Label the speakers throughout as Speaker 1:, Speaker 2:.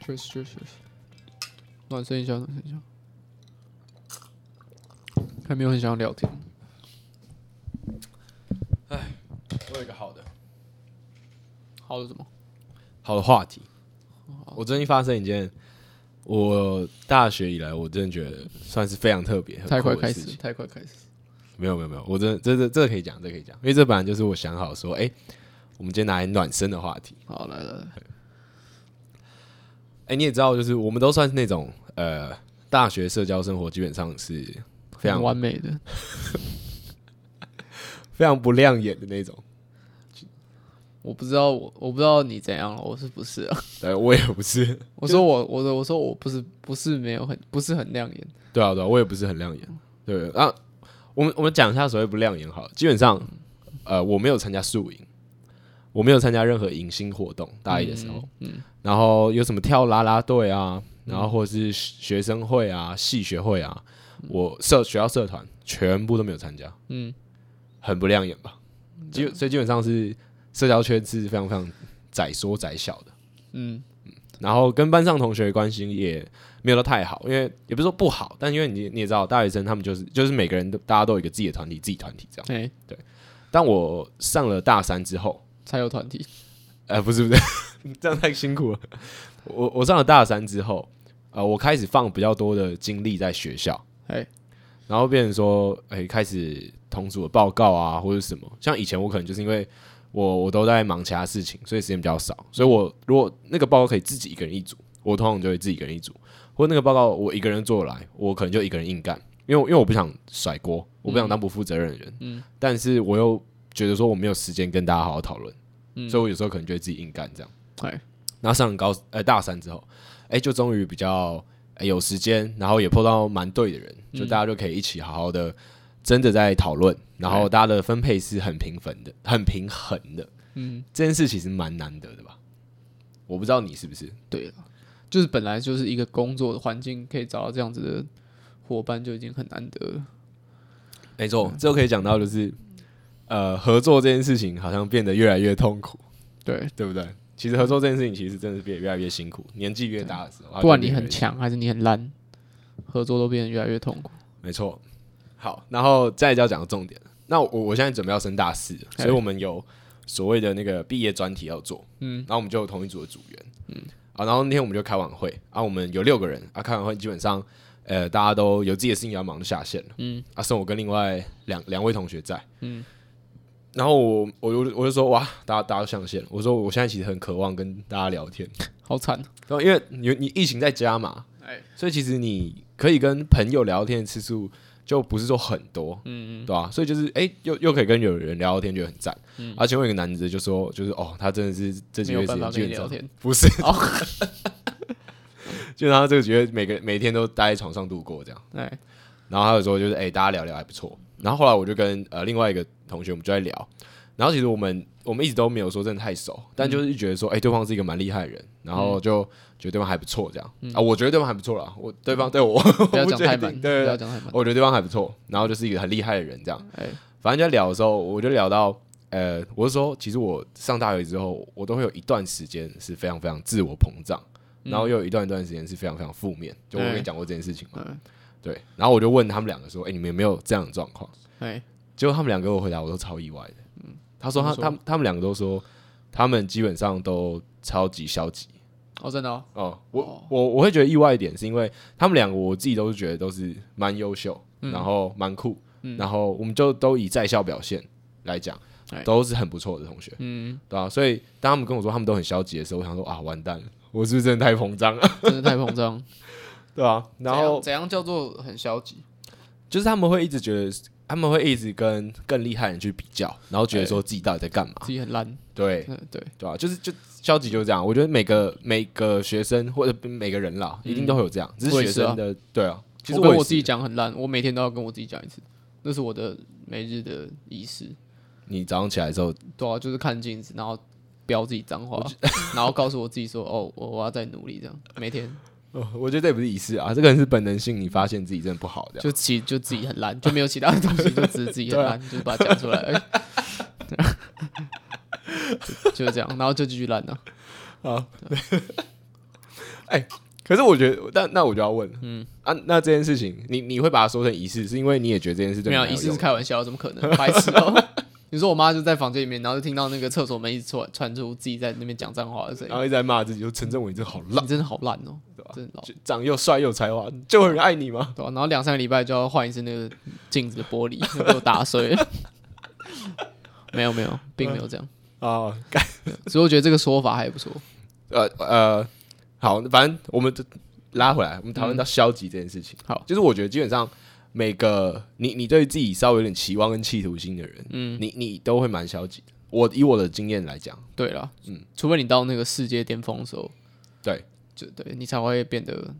Speaker 1: 确实确实，确实暖身一下，暖身一下。还没有很想聊天，
Speaker 2: 我有一个好的
Speaker 1: 好了什么？
Speaker 2: 好的话题。我最近发生一件我大学以来我真的觉得算是非常特别、很
Speaker 1: 太快
Speaker 2: 酷的
Speaker 1: 开
Speaker 2: 事
Speaker 1: 始，
Speaker 2: 情。
Speaker 1: 太快开始。
Speaker 2: 没有没有没有，我真的这这这个可以讲，这个可以讲，因为这本来就是我想好说，哎、我们今天拿来暖身的话题。
Speaker 1: 好，来来来，
Speaker 2: 哎、你也知道，就是我们都算是那种呃，大学社交生活基本上是非常
Speaker 1: 很完美的。
Speaker 2: 非常不亮眼的那种。
Speaker 1: 我不知道我我不知道你怎样了，我是不是啊？
Speaker 2: 对，我也不是，
Speaker 1: 我说我我说我说我不是不是没有很不是很亮眼，
Speaker 2: 对啊，对啊，我也不是很亮眼。对啊，我们我们讲一下所谓不亮眼好了基本上，呃，我没有参加宿营，我没有参加任何迎新活动，大一的时候，嗯，然后有什么跳啦啦队啊，然后或者是学生会啊、系学会啊，我社学校社团全部都没有参加，嗯，啊很不亮眼吧？基所以基本上是社交圈是非常非常窄缩窄小的。
Speaker 1: 嗯，
Speaker 2: 然后跟班上同学的关系也没有到太好，因为也不是说不好，但因为你你也知道，大学生他们就是就是每个人都大家都有一个自己的团体，自己团体这样。
Speaker 1: 哎、
Speaker 2: 但我上了大三之后，
Speaker 1: 才有团体。
Speaker 2: 呃，不是不是， 这样太辛苦了。我我上了大三之后，呃，我开始放比较多的精力在学校，
Speaker 1: 哎、
Speaker 2: 然后变成说，哎、开始同组的报告啊，或者什么。像以前我可能就是因为我我都在忙其他事情，所以时间比较少。所以我如果那个报告可以自己一个人一组，我通常就会自己一个人一组。或那个报告我一个人做得来，我可能就一个人硬干，因为我因为我不想甩锅，我不想当不负责任的人。嗯，但是我又觉得说我没有时间跟大家好好讨论，所以我有时候可能就会自己硬干这样。
Speaker 1: 哎、
Speaker 2: 然后上了高呃大三之后，哎、就终于比较、哎有时间，然后也碰到蛮对的人，
Speaker 1: 嗯
Speaker 2: 就大家就可以一起好好的真的在讨论，然后大家的分配是很平衡的，很平衡的。
Speaker 1: 嗯，
Speaker 2: 这件事其实蛮难得的吧？我不知道你是不是？
Speaker 1: 对了，就是本来就是一个工作的环境，可以找到这样子的伙伴就已经很难得了。
Speaker 2: 没错，这就可以讲到就是，呃，合作这件事情好像变得越来越痛苦，
Speaker 1: 对，
Speaker 2: 对不对？其实合作这件事情其实真的是变得越来越辛苦，年纪越大的时候，啊
Speaker 1: 不管
Speaker 2: 它就
Speaker 1: 你
Speaker 2: 越来
Speaker 1: 很
Speaker 2: 越
Speaker 1: 强还是你很烂，合作都变得越来越痛苦。
Speaker 2: 没错。好，然后再就要讲到重点了。那我我现在准备要升大四了，
Speaker 1: 嘿
Speaker 2: 所以我们有所谓的那个毕业专题要做。嗯，然后我们就有同一组的组员。嗯，啊，然后那天我们就开晚会，啊，我们有六个人，啊，开完会基本上，呃，大家都有自己的事情要忙，就下线了。嗯，啊，剩我跟另外两两位同学在。嗯，然后我我我就我就说哇，大家大家都上线了。我说我现在其实很渴望跟大家聊天，
Speaker 1: 好惨，
Speaker 2: 然后因为你你疫情在家嘛，
Speaker 1: 哎
Speaker 2: 所以其实你可以跟朋友聊天的次数就不是说很多，嗯嗯，对吧、所以就是哎、又又可以跟有人聊天，觉得很赞。而且我有一个男子就说，就是哦，他真的是这几个
Speaker 1: 嗯没有
Speaker 2: 月时
Speaker 1: 办
Speaker 2: 间
Speaker 1: 法
Speaker 2: 基
Speaker 1: 跟你
Speaker 2: 本
Speaker 1: 聊
Speaker 2: 上
Speaker 1: 天。
Speaker 2: 不是，
Speaker 1: 哦，
Speaker 2: 就是他这个几个月每个每天都待在床上度过这样。
Speaker 1: 哎、
Speaker 2: 然后他有说就是哎、大家聊聊还不错。然后后来我就跟呃另外一个同学我们就在聊，然后其实我们我们一直都没有说真的太熟，但就是觉得说哎、对方是一个蛮厉害的人，然后就觉得对方还不错这样、啊，我觉得对方还不错啦，我对方对 我
Speaker 1: 嗯不要
Speaker 2: 我
Speaker 1: 讲
Speaker 2: 确
Speaker 1: 太
Speaker 2: 定
Speaker 1: 满，不
Speaker 2: 对对
Speaker 1: 要
Speaker 2: 对，
Speaker 1: 讲太满。
Speaker 2: 我觉得对方还不错，然后就是一个很厉害的人这样。
Speaker 1: 哎、
Speaker 2: 反正就在聊的时候，我就聊到，呃，我是说，其实我上大学之后，我都会有一段时间是非常非常自我膨胀，然后又有一段一段时间是非常非常负面。就我
Speaker 1: 嗯哎
Speaker 2: 跟你讲过这件事情嘛，
Speaker 1: 嗯
Speaker 2: 对。然后我就问他们两个说，哎、你们有没有这样的状况？
Speaker 1: 哎、
Speaker 2: 结果他们两个给我回答，我都超意外的。他说他
Speaker 1: 嗯怎么说
Speaker 2: 他们他们两个都说，他们基本上都超级消极。
Speaker 1: 哦，真 的哦，
Speaker 2: 哦，我
Speaker 1: 哦
Speaker 2: 我我会觉得意外一点，是因为他们两个我自己都是觉得都是蛮优秀，
Speaker 1: 嗯
Speaker 2: 然后蛮酷，然后我们就都以在校表现来讲
Speaker 1: 哎，
Speaker 2: 都是很不错的同学，
Speaker 1: 嗯，
Speaker 2: 对啊，所以当他们跟我说他们都很消极的时候，我想说啊，完蛋了，我是不是真的太膨胀了？
Speaker 1: 真的太膨胀。
Speaker 2: 对啊，然
Speaker 1: 怎
Speaker 2: 后
Speaker 1: 样怎样叫做很消极？
Speaker 2: 就是他们会一直觉得，他们会一直跟更厉害的人去比较，然后觉得
Speaker 1: 哎
Speaker 2: 说自己到底在干嘛？
Speaker 1: 自己很烂，
Speaker 2: 对，
Speaker 1: 嗯，对，
Speaker 2: 对啊，就是就消极就是这样。我觉得每个每个学生或者每个人啦，一定都会有这样，只
Speaker 1: 嗯我
Speaker 2: 是
Speaker 1: 也
Speaker 2: 学
Speaker 1: 是啊
Speaker 2: 生的对啊。其实
Speaker 1: 我跟
Speaker 2: 也
Speaker 1: 我
Speaker 2: 是
Speaker 1: 自己讲很烂，我每天都要跟我自己讲一次，那是我的每日的仪式。
Speaker 2: 你早上起来的时候，
Speaker 1: 对啊，就是看镜子，然后标自己脏话，然后告诉我自己说，哦，我我要再努力，这样每天
Speaker 2: 呃我觉得这也不是仪式啊，这个人是本能性，你发现自己真的不好这样。
Speaker 1: 就其就自己很烂，就没有其他的东西，就只是自己很
Speaker 2: 啊
Speaker 1: 烂，就是把它讲出来， 哎就就是这样，然后就继续烂了、
Speaker 2: 好，可是我觉得，那那我就要问，嗯啊，那这件事情，你你会把它说成仪式，是因为你也觉得这件事对你
Speaker 1: 没有，
Speaker 2: 蛮
Speaker 1: 仪
Speaker 2: 有
Speaker 1: 式
Speaker 2: 用
Speaker 1: 是
Speaker 2: 的
Speaker 1: 开玩笑，怎么可能？白痴哦、 你说我妈就在房间里面，然后就听到那个厕所门一直传传出自己在那边讲脏话的声音
Speaker 2: 然，后一直在骂自己，就陈正伟真的好烂
Speaker 1: 你，真的好烂哦、
Speaker 2: 对吧
Speaker 1: 真的老
Speaker 2: 就长又帅又有才华，就会有人爱你 吗？
Speaker 1: 对、啊、然后两三个礼拜就要换一次那个镜子的玻璃，被我打碎了。 没有没有，并没有 这样，
Speaker 2: 啊，
Speaker 1: 所以我觉得这个说法还不错。
Speaker 2: 呃呃，好，反正我们就拉回来，我们讨论到消极这件事情。
Speaker 1: 好
Speaker 2: 就是我觉得基本上每个你你对自己稍微有点期望跟企图心的人，嗯，你你都会蛮消极的。我以我的经验来讲，
Speaker 1: 对了，
Speaker 2: 嗯
Speaker 1: 嗯，除非你到那个世界巅峰的时候，
Speaker 2: 对，
Speaker 1: 就对你才会变得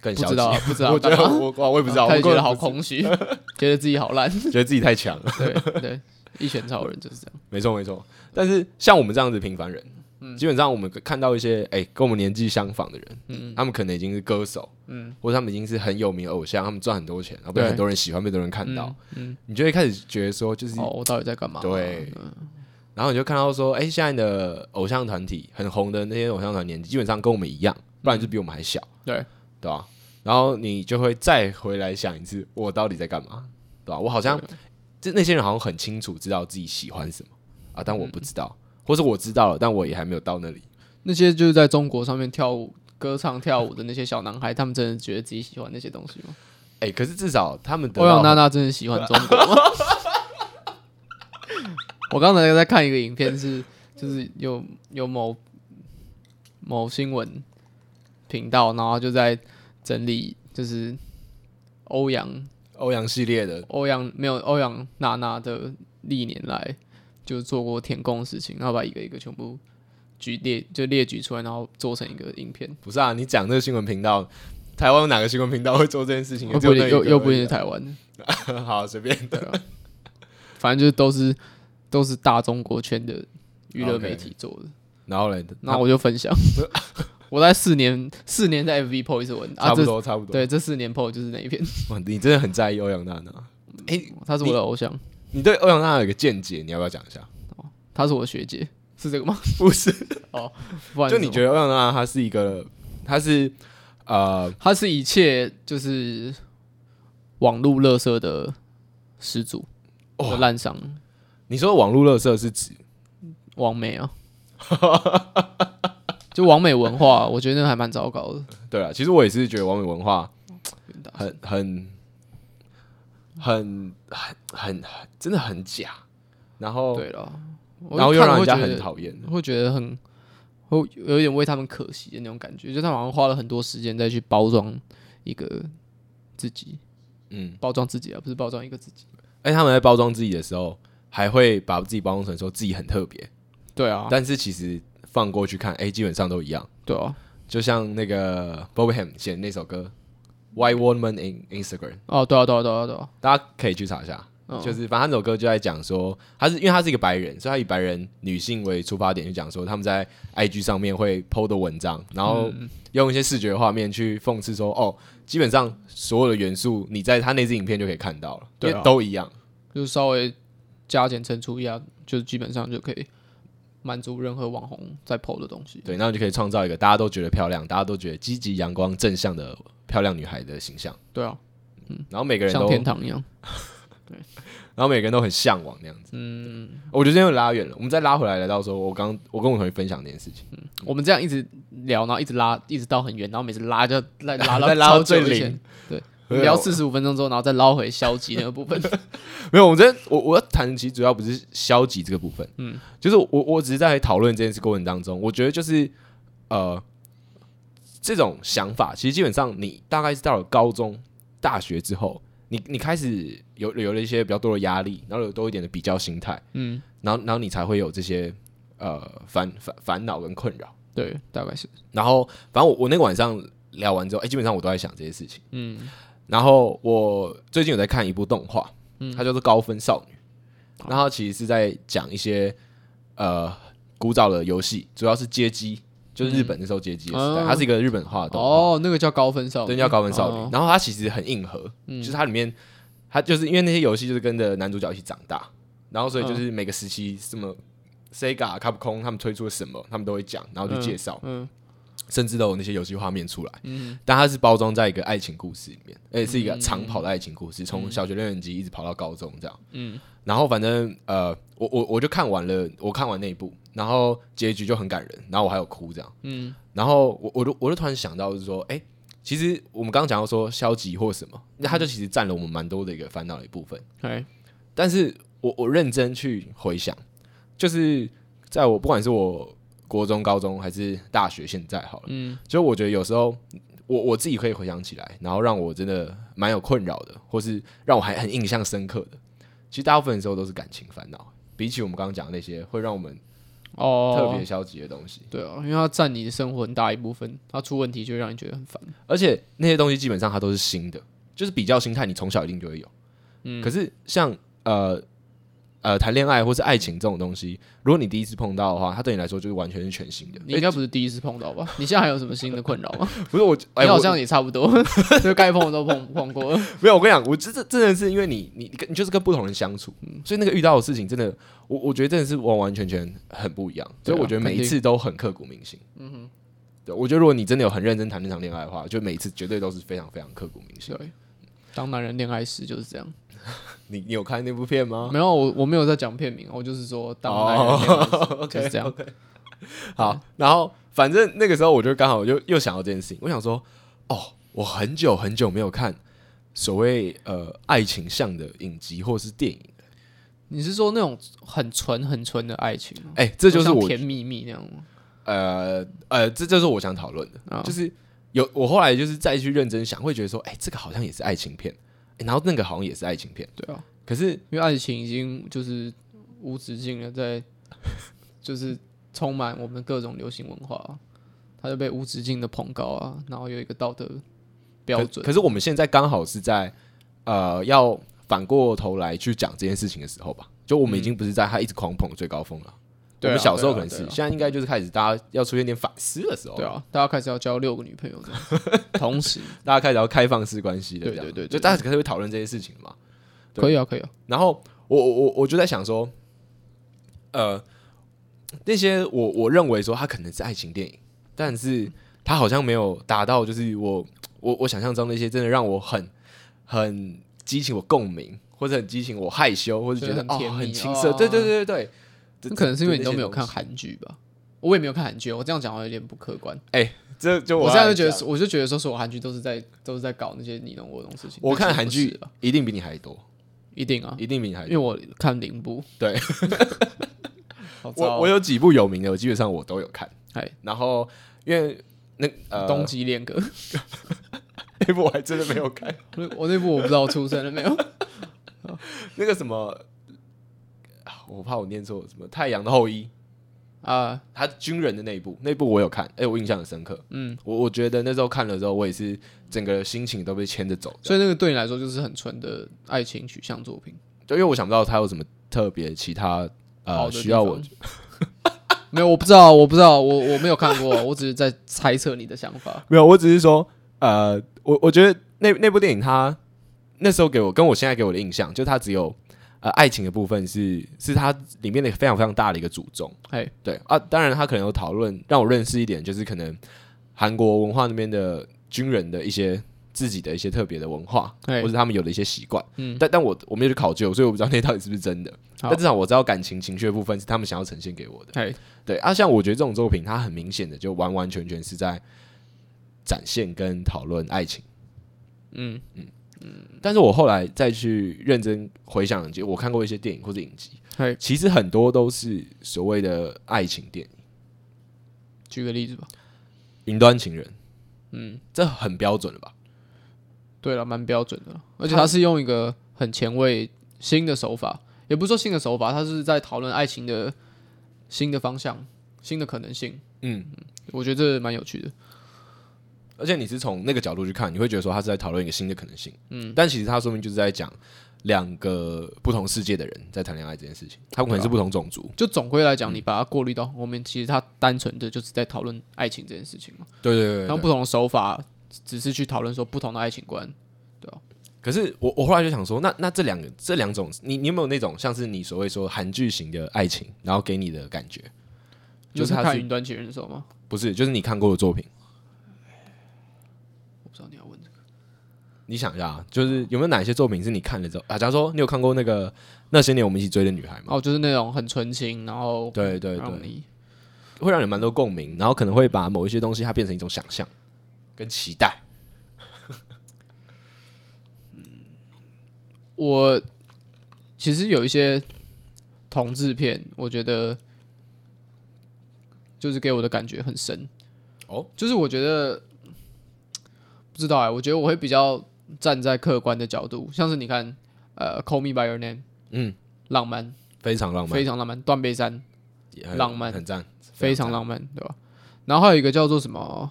Speaker 2: 更
Speaker 1: 不
Speaker 2: 消
Speaker 1: 知
Speaker 2: 极。
Speaker 1: 道不知道
Speaker 2: 我觉
Speaker 1: 干
Speaker 2: 得
Speaker 1: 嘛，
Speaker 2: 我我我也不知道，
Speaker 1: 开
Speaker 2: 我
Speaker 1: 始觉
Speaker 2: 过
Speaker 1: 得好，空虚， 觉得自己 好烂。
Speaker 2: 觉得自己太强了。
Speaker 1: 对对，一拳超人就是这样。
Speaker 2: 没错没错，但是像我们这样子平凡人，
Speaker 1: 嗯
Speaker 2: 基本上我们看到一些哎、跟我们年纪相仿的人，
Speaker 1: 嗯
Speaker 2: 他们可能已经是歌手，嗯，或者他们已经是很有名的偶像，他们赚很多钱，然后被
Speaker 1: 对
Speaker 2: 很多人喜欢，被很多人看到，
Speaker 1: 嗯，
Speaker 2: 你就会开始觉得说，就是，
Speaker 1: 哦，我到底在干嘛？
Speaker 2: 对
Speaker 1: 嗯
Speaker 2: 然后你就看到说，哎、现在的偶像团体很红的那些偶像团体年纪基本上跟我们一样，不然就比我们还小，
Speaker 1: 对，
Speaker 2: 对吧、然后你就会再回来想一次，我到底在干嘛，对吧、我好像这那些人好像很清楚知道自己喜欢什么啊，但我不知道，或是我知道了，但我也还没有到那里。
Speaker 1: 那些就是在中国上面跳舞、歌唱、跳舞的那些小男孩，他们真的觉得自己喜欢那些东西吗？
Speaker 2: 哎、可是至少他们得
Speaker 1: 欧阳
Speaker 2: 到
Speaker 1: 娜娜真的喜欢中国吗？ 我刚才在看一个影片是，就是有有某某新闻频道，然后就在整理，就是欧阳
Speaker 2: 欧阳系列的，
Speaker 1: 欧阳没有欧阳娜娜的历年来就做过填供的事情，然后把一个一个全部举列就列举出来，然后做成一个影片。
Speaker 2: 不是啊？你讲这个新闻频道，台湾有哪个新闻频道会做这件事情？
Speaker 1: 又
Speaker 2: 只有
Speaker 1: 哦不一
Speaker 2: 那
Speaker 1: 定
Speaker 2: 一个
Speaker 1: 又又不一定
Speaker 2: 而啊
Speaker 1: 是台湾的，
Speaker 2: 已啊 好，随便。
Speaker 1: 对啊，反正就是都是都是大中国圈的娱乐媒体做的。
Speaker 2: 然后嘞，
Speaker 1: 那我就分
Speaker 2: 啊
Speaker 1: 享， 我在四年四年在 FV PO 一次文
Speaker 2: 差
Speaker 1: 啊，
Speaker 2: 不
Speaker 1: 这
Speaker 2: 多差不多。
Speaker 1: 对这四年 PO 就是那一篇，
Speaker 2: 哇，你真的很在意欧阳娜娜。哎、
Speaker 1: 她是我的偶像，
Speaker 2: 你对欧阳娜娜有个见解，你要不要讲一下？
Speaker 1: 她是我的学姐，是这个吗？
Speaker 2: 不是，
Speaker 1: 不然
Speaker 2: 就你
Speaker 1: 得
Speaker 2: 觉得欧阳娜娜她是一个，她是呃，
Speaker 1: 她是一切就是网络乐色的始祖，
Speaker 2: 哇
Speaker 1: 的烂商
Speaker 2: 你说网络乐色是指
Speaker 1: 王美 啊。就王美文化，我觉得那个还蛮糟糕的。
Speaker 2: 对啊，其实我也是觉得完美文化
Speaker 1: 哦
Speaker 2: 很很很很很很真的很假，然后
Speaker 1: 对了，我
Speaker 2: 哦然后又
Speaker 1: 看了
Speaker 2: 让人
Speaker 1: 会
Speaker 2: 家
Speaker 1: 觉
Speaker 2: 很
Speaker 1: 得
Speaker 2: 讨厌。
Speaker 1: 会觉得很会有点为他们可惜的那种感觉，就他们好像花了很多时间再去包装一个自己，
Speaker 2: 嗯，
Speaker 1: 包装自己啊，不是包装一个自己。
Speaker 2: 哎，他们在包装自己的时候，还会把自己包装成说自己很特别，
Speaker 1: 对啊，
Speaker 2: 但是其实放过去看，哎，基本上都一样。
Speaker 1: 对啊，
Speaker 2: 就像那个 Bob Ham 写的那首歌《Why Woman in Instagram》，
Speaker 1: 哦，对啊，对啊，对啊，对啊，
Speaker 2: 大家可以去查一下。
Speaker 1: 嗯
Speaker 2: 就是反正他那首歌就在讲说，他是因为他是一个白人，所以他以白人女性为出发点去讲说，他们在 IG 上面会 PO 的文章，然后
Speaker 1: 嗯
Speaker 2: 用一些视觉画面去讽刺说，哦，基本上所有的元素你在他那支影片就可以看到了，
Speaker 1: 对啊
Speaker 2: 因为都一样。
Speaker 1: 就是稍微加减乘除一下，就基本上就可以满足任何网红在 PO 的东西。
Speaker 2: 对，那你就可以创造一个大家都觉得漂亮、大家都觉得积极、阳光、正向的漂亮女孩的形象，
Speaker 1: 对啊，
Speaker 2: 然后每个人
Speaker 1: 像
Speaker 2: 都，
Speaker 1: 天
Speaker 2: 然
Speaker 1: 堂一样。
Speaker 2: 后每个人都很向往那样子。嗯，我觉得这又拉远了，我们再拉回来，来到说，我刚我跟我同学分享这件事情，
Speaker 1: 我们这样一直聊，然后一直拉，一直到很远，然后每次拉就 拉拉到
Speaker 2: 再拉到
Speaker 1: 超久
Speaker 2: 最
Speaker 1: 以前
Speaker 2: 零。
Speaker 1: 对，
Speaker 2: 对啊
Speaker 1: 聊
Speaker 2: 我
Speaker 1: 四十五分钟之后，然后再捞回消极那个部 分。
Speaker 2: 没有，我这我我要谈，其实主要不是消极这个部分，嗯，就是我我只是在讨论这件事过程当中，我觉得就是呃，这种想法其实基本上你大概是到了高中、大学之后，你你开始有有了一些比较多的压力，然后有多一点的比较心态，
Speaker 1: 嗯，
Speaker 2: 然后然后你才会有这些呃烦烦烦恼跟困扰。
Speaker 1: 对，大概是。
Speaker 2: 然后反正我我那个晚上聊完之后，哎、基本上我都在想这些事情。嗯，然后我最近有在看一部动画，嗯，它叫做《高分少女》，然后它其实是在讲一些呃古早的游戏，主要是街机，就是日本那时候街机的时代，
Speaker 1: 嗯哦
Speaker 2: 它是一个日本化的动画。
Speaker 1: 哦，那个叫高分少女，
Speaker 2: 啊对，叫高分少女。
Speaker 1: 哦嗯
Speaker 2: 然后它其实很硬核，就是它里面，它就是因为那些游戏就是跟着男主角一起长大，然后所以
Speaker 1: 嗯
Speaker 2: 就是每个时期什么 Sega、Capcom 他们推出了什么，他们都会讲，然后去介绍。
Speaker 1: 嗯，
Speaker 2: 甚至都有那些游戏画面出来，
Speaker 1: 嗯
Speaker 2: 但它是包装在一个爱情故事里面，而且是一个长跑的爱情故事，从小学六年级一直跑到高中这样。
Speaker 1: 嗯
Speaker 2: 然后反正呃，我我我就看完了，我看完那一部，然后结局就很感人，然后我还有哭这样。
Speaker 1: 嗯
Speaker 2: 然后我我就我就突然想到，就是说，哎、其实我们刚刚讲到说消极或什么，那它
Speaker 1: 嗯
Speaker 2: 就其实占了我们蛮多的一个烦恼的一部分。
Speaker 1: ，OK，
Speaker 2: 但是我我认真去回想，就是在我不管是我国中、高中还是大学，现在好了，
Speaker 1: 嗯
Speaker 2: 就我觉得有时候我我自己可以回想起来，然后让我真的蛮有困扰的，或是让我还很印象深刻的，其实大部分的时候都是感情烦恼，比起我们刚刚讲的那些会让我们
Speaker 1: 哦，
Speaker 2: 特别消极的东西。
Speaker 1: 对啊，因为它占你的生活很大一部分，它出问题就会让你觉得很烦。
Speaker 2: 而且那些东西基本上它都是新的，就是比较心态，你从小一定就会有。
Speaker 1: 嗯
Speaker 2: 可是像呃呃谈恋爱或是爱情这种东西，如果你第一次碰到的话，它对你来说就是完全是全新的。
Speaker 1: 你应该不是第一次碰到 吧？你现在还有什么新的困扰吗？
Speaker 2: 不是我，哎、
Speaker 1: 你好
Speaker 2: 我
Speaker 1: 像也差不多， 就该碰的都碰碰过了。
Speaker 2: 没有，我跟你讲，我真的真的是因为你，你你跟你就是跟不同人相处，
Speaker 1: 嗯
Speaker 2: 所以那个遇到的事情真的，我我觉得真的是完完全全很不一样，所
Speaker 1: 对啊
Speaker 2: 以我觉得每一次都很刻骨铭心。嗯哼，对，我觉得如果你真的有很认真谈那场恋爱的话，就每一次绝对都是非常非常刻骨铭心。
Speaker 1: 对，当男人恋爱时就是这样。
Speaker 2: 你你有看那部片吗？
Speaker 1: 没有，我我没有在讲片名，我就是说当男人恋爱时
Speaker 2: 哦 ，OK，
Speaker 1: 就是这样。
Speaker 2: 好，然后反正那个时候我就刚好又又想到这件事情，我想说，哦，我很久很久没有看所谓呃爱情向的影集或是电影，
Speaker 1: 你是说那种很纯很纯的爱情吗？
Speaker 2: 哎、这就是
Speaker 1: 像
Speaker 2: 我
Speaker 1: 甜蜜蜜那样吗？
Speaker 2: 呃呃，这就是我想讨论的，
Speaker 1: 啊
Speaker 2: 就是有我后来就是再去认真想，会觉得说，哎、这个好像也是爱情片、哎然后那个好像也是爱情片，
Speaker 1: 对啊，
Speaker 2: 可是
Speaker 1: 因为爱情已经就是无止境的在，就是充满我们各种流行文化，啊它就被无止境的捧高啊，然后有一个道德标
Speaker 2: 可
Speaker 1: 准。
Speaker 2: 可是我们现在刚好是在呃要反过头来去讲这件事情的时候吧，就我们
Speaker 1: 嗯
Speaker 2: 已经不是在他一直狂捧的最高峰了。
Speaker 1: 对啊
Speaker 2: 我们小时候可能
Speaker 1: 对啊
Speaker 2: 是，
Speaker 1: 对啊
Speaker 2: 现在应该就是开始大家要出现点反思的时候，
Speaker 1: 对，啊，大家开始要交六个女朋友这样， 同时
Speaker 2: 大家开始要开放式关系的这
Speaker 1: 对
Speaker 2: 样，
Speaker 1: 对对对
Speaker 2: 就大家开始会讨论这些事情了嘛。对
Speaker 1: 可以啊，可以啊，
Speaker 2: 然后我我我我就在想说，呃，那些我我认为说它可能是爱情电影，但是它好像没有达到就是我我我想象中那些真的让我很很激起我共鸣，或者很激起我害羞，或者觉得
Speaker 1: 觉得很甜
Speaker 2: 哦
Speaker 1: 蜜
Speaker 2: 很青涩，
Speaker 1: 哦
Speaker 2: 对对对对对，
Speaker 1: 那可能是因为你都没有看
Speaker 2: 这，
Speaker 1: 韩剧吧。我也没有看韩剧，我这样讲好像有点不客观。
Speaker 2: 这啊这就
Speaker 1: 我
Speaker 2: 我
Speaker 1: 现在
Speaker 2: 要
Speaker 1: 就觉得
Speaker 2: 讲
Speaker 1: 是，我就觉得说，所有韩剧都是在都是在搞那些你侬我懂的事情。
Speaker 2: 我看
Speaker 1: 但
Speaker 2: 韩
Speaker 1: 其实不
Speaker 2: 剧
Speaker 1: 是啊
Speaker 2: 一定比你还多，
Speaker 1: 一定啊，
Speaker 2: 一定比你还
Speaker 1: 因
Speaker 2: 多。
Speaker 1: 为我看零部。
Speaker 2: 对，
Speaker 1: 好糟哦
Speaker 2: 我我有几部有名的，我基本上我都有看。
Speaker 1: 哎，
Speaker 2: 然后因为那呃，
Speaker 1: 冬季恋歌，
Speaker 2: 那部我还真的没有看。
Speaker 1: 我我那部我不知道我出生了没有。
Speaker 2: 那个什么，啊我怕我念错，什么《太阳的后裔》，
Speaker 1: 啊，
Speaker 2: 他军人的那一部，那一部我有看，哎、我印象很深刻。
Speaker 1: 嗯，
Speaker 2: 我我觉得那时候看了之后，我也是整个心情都被牵着走的，
Speaker 1: 所以那个对你来说就是很纯的爱情取向作品。
Speaker 2: 就因为我想不到他有什么特别其他
Speaker 1: 好
Speaker 2: 呃
Speaker 1: 的地
Speaker 2: 需要我
Speaker 1: 方。 没有，我不知道，我不知道，我我没有看过，我只是在猜测你的想法。
Speaker 2: 没有，我只是说，呃，我我觉得那那部电影它那时候给我跟我现在给我的印象，就它只有呃爱情的部分是是它里面的非常非常大的一个主重。
Speaker 1: 哎，
Speaker 2: 对啊，当然他可能有讨论，让我认识一点，就是可能韩国文化那边的军人的一些自己的一些特别的文化，
Speaker 1: 对
Speaker 2: 或者他们有的一些习惯。
Speaker 1: 嗯
Speaker 2: 但但我我没有去考究，所以我不知道那到底是不是真的。
Speaker 1: 好
Speaker 2: 但至少我知道感情情绪的部分是他们想要呈现给我的。
Speaker 1: 哎，
Speaker 2: 对啊，像我觉得这种作品，它很明显的就完完全全是在展现跟讨论爱情。
Speaker 1: 嗯，
Speaker 2: 但是我后来再去认真回想，就我看过一些电影或者影集，
Speaker 1: 哎，
Speaker 2: 其实很多都是所谓的爱情电影，
Speaker 1: 举个例子吧。
Speaker 2: 《云端情人》。
Speaker 1: 嗯，
Speaker 2: 这很标准了吧？
Speaker 1: 对了，蛮标准的了，而且他是用一个很前卫新的手法，也不是说新的手法，他是在讨论爱情的新的方向、新的可能性。
Speaker 2: 嗯，
Speaker 1: 我觉得这蛮有趣的。
Speaker 2: 而且你是从那个角度去看，你会觉得说他是在讨论一个新的可能性，嗯，但其实他说明就是在讲两个不同世界的人在谈恋爱这件事情，他们可能是不同种族，
Speaker 1: 就总归来
Speaker 2: 嗯
Speaker 1: 讲，你把它过滤到后面，其实它单纯的就是在讨论爱情这件事情嘛。
Speaker 2: 对对对对
Speaker 1: 然后不同的手法，只是去讨论说不同的爱情观。
Speaker 2: 可是我我后来就想说，那那这两个这两种，你你有没有那种像是你所谓说韩剧型的爱情，然后给你的感觉，
Speaker 1: 就
Speaker 2: 就是是它
Speaker 1: 看《
Speaker 2: 是
Speaker 1: 云端情人》的时候吗？
Speaker 2: 不是就是你看过的作品，你想一下啊，就是有没有哪些作品是你看了之后啊？假如说你有看过那个《那些年我们一起追的女孩》吗？
Speaker 1: 哦，就是那种很纯情，然后
Speaker 2: 对对对，
Speaker 1: 让你
Speaker 2: 会让你蛮多共鸣，然后可能会把某一些东西它变成一种想象跟期待。
Speaker 1: 我其实有一些同志片，我觉得就是给我的感觉很深。
Speaker 2: 哦，
Speaker 1: 就是我觉得不知道哎、我觉得我会比较站在客观的角度，像是你看，呃，《Call Me by Your Name》，
Speaker 2: 嗯，
Speaker 1: 浪漫，
Speaker 2: 非常浪漫，
Speaker 1: 非常浪漫，《断背山》
Speaker 2: 也很
Speaker 1: 浪漫
Speaker 2: 很赞，
Speaker 1: 非常
Speaker 2: 赞
Speaker 1: 浪漫，对吧？然后还有一个叫做什么，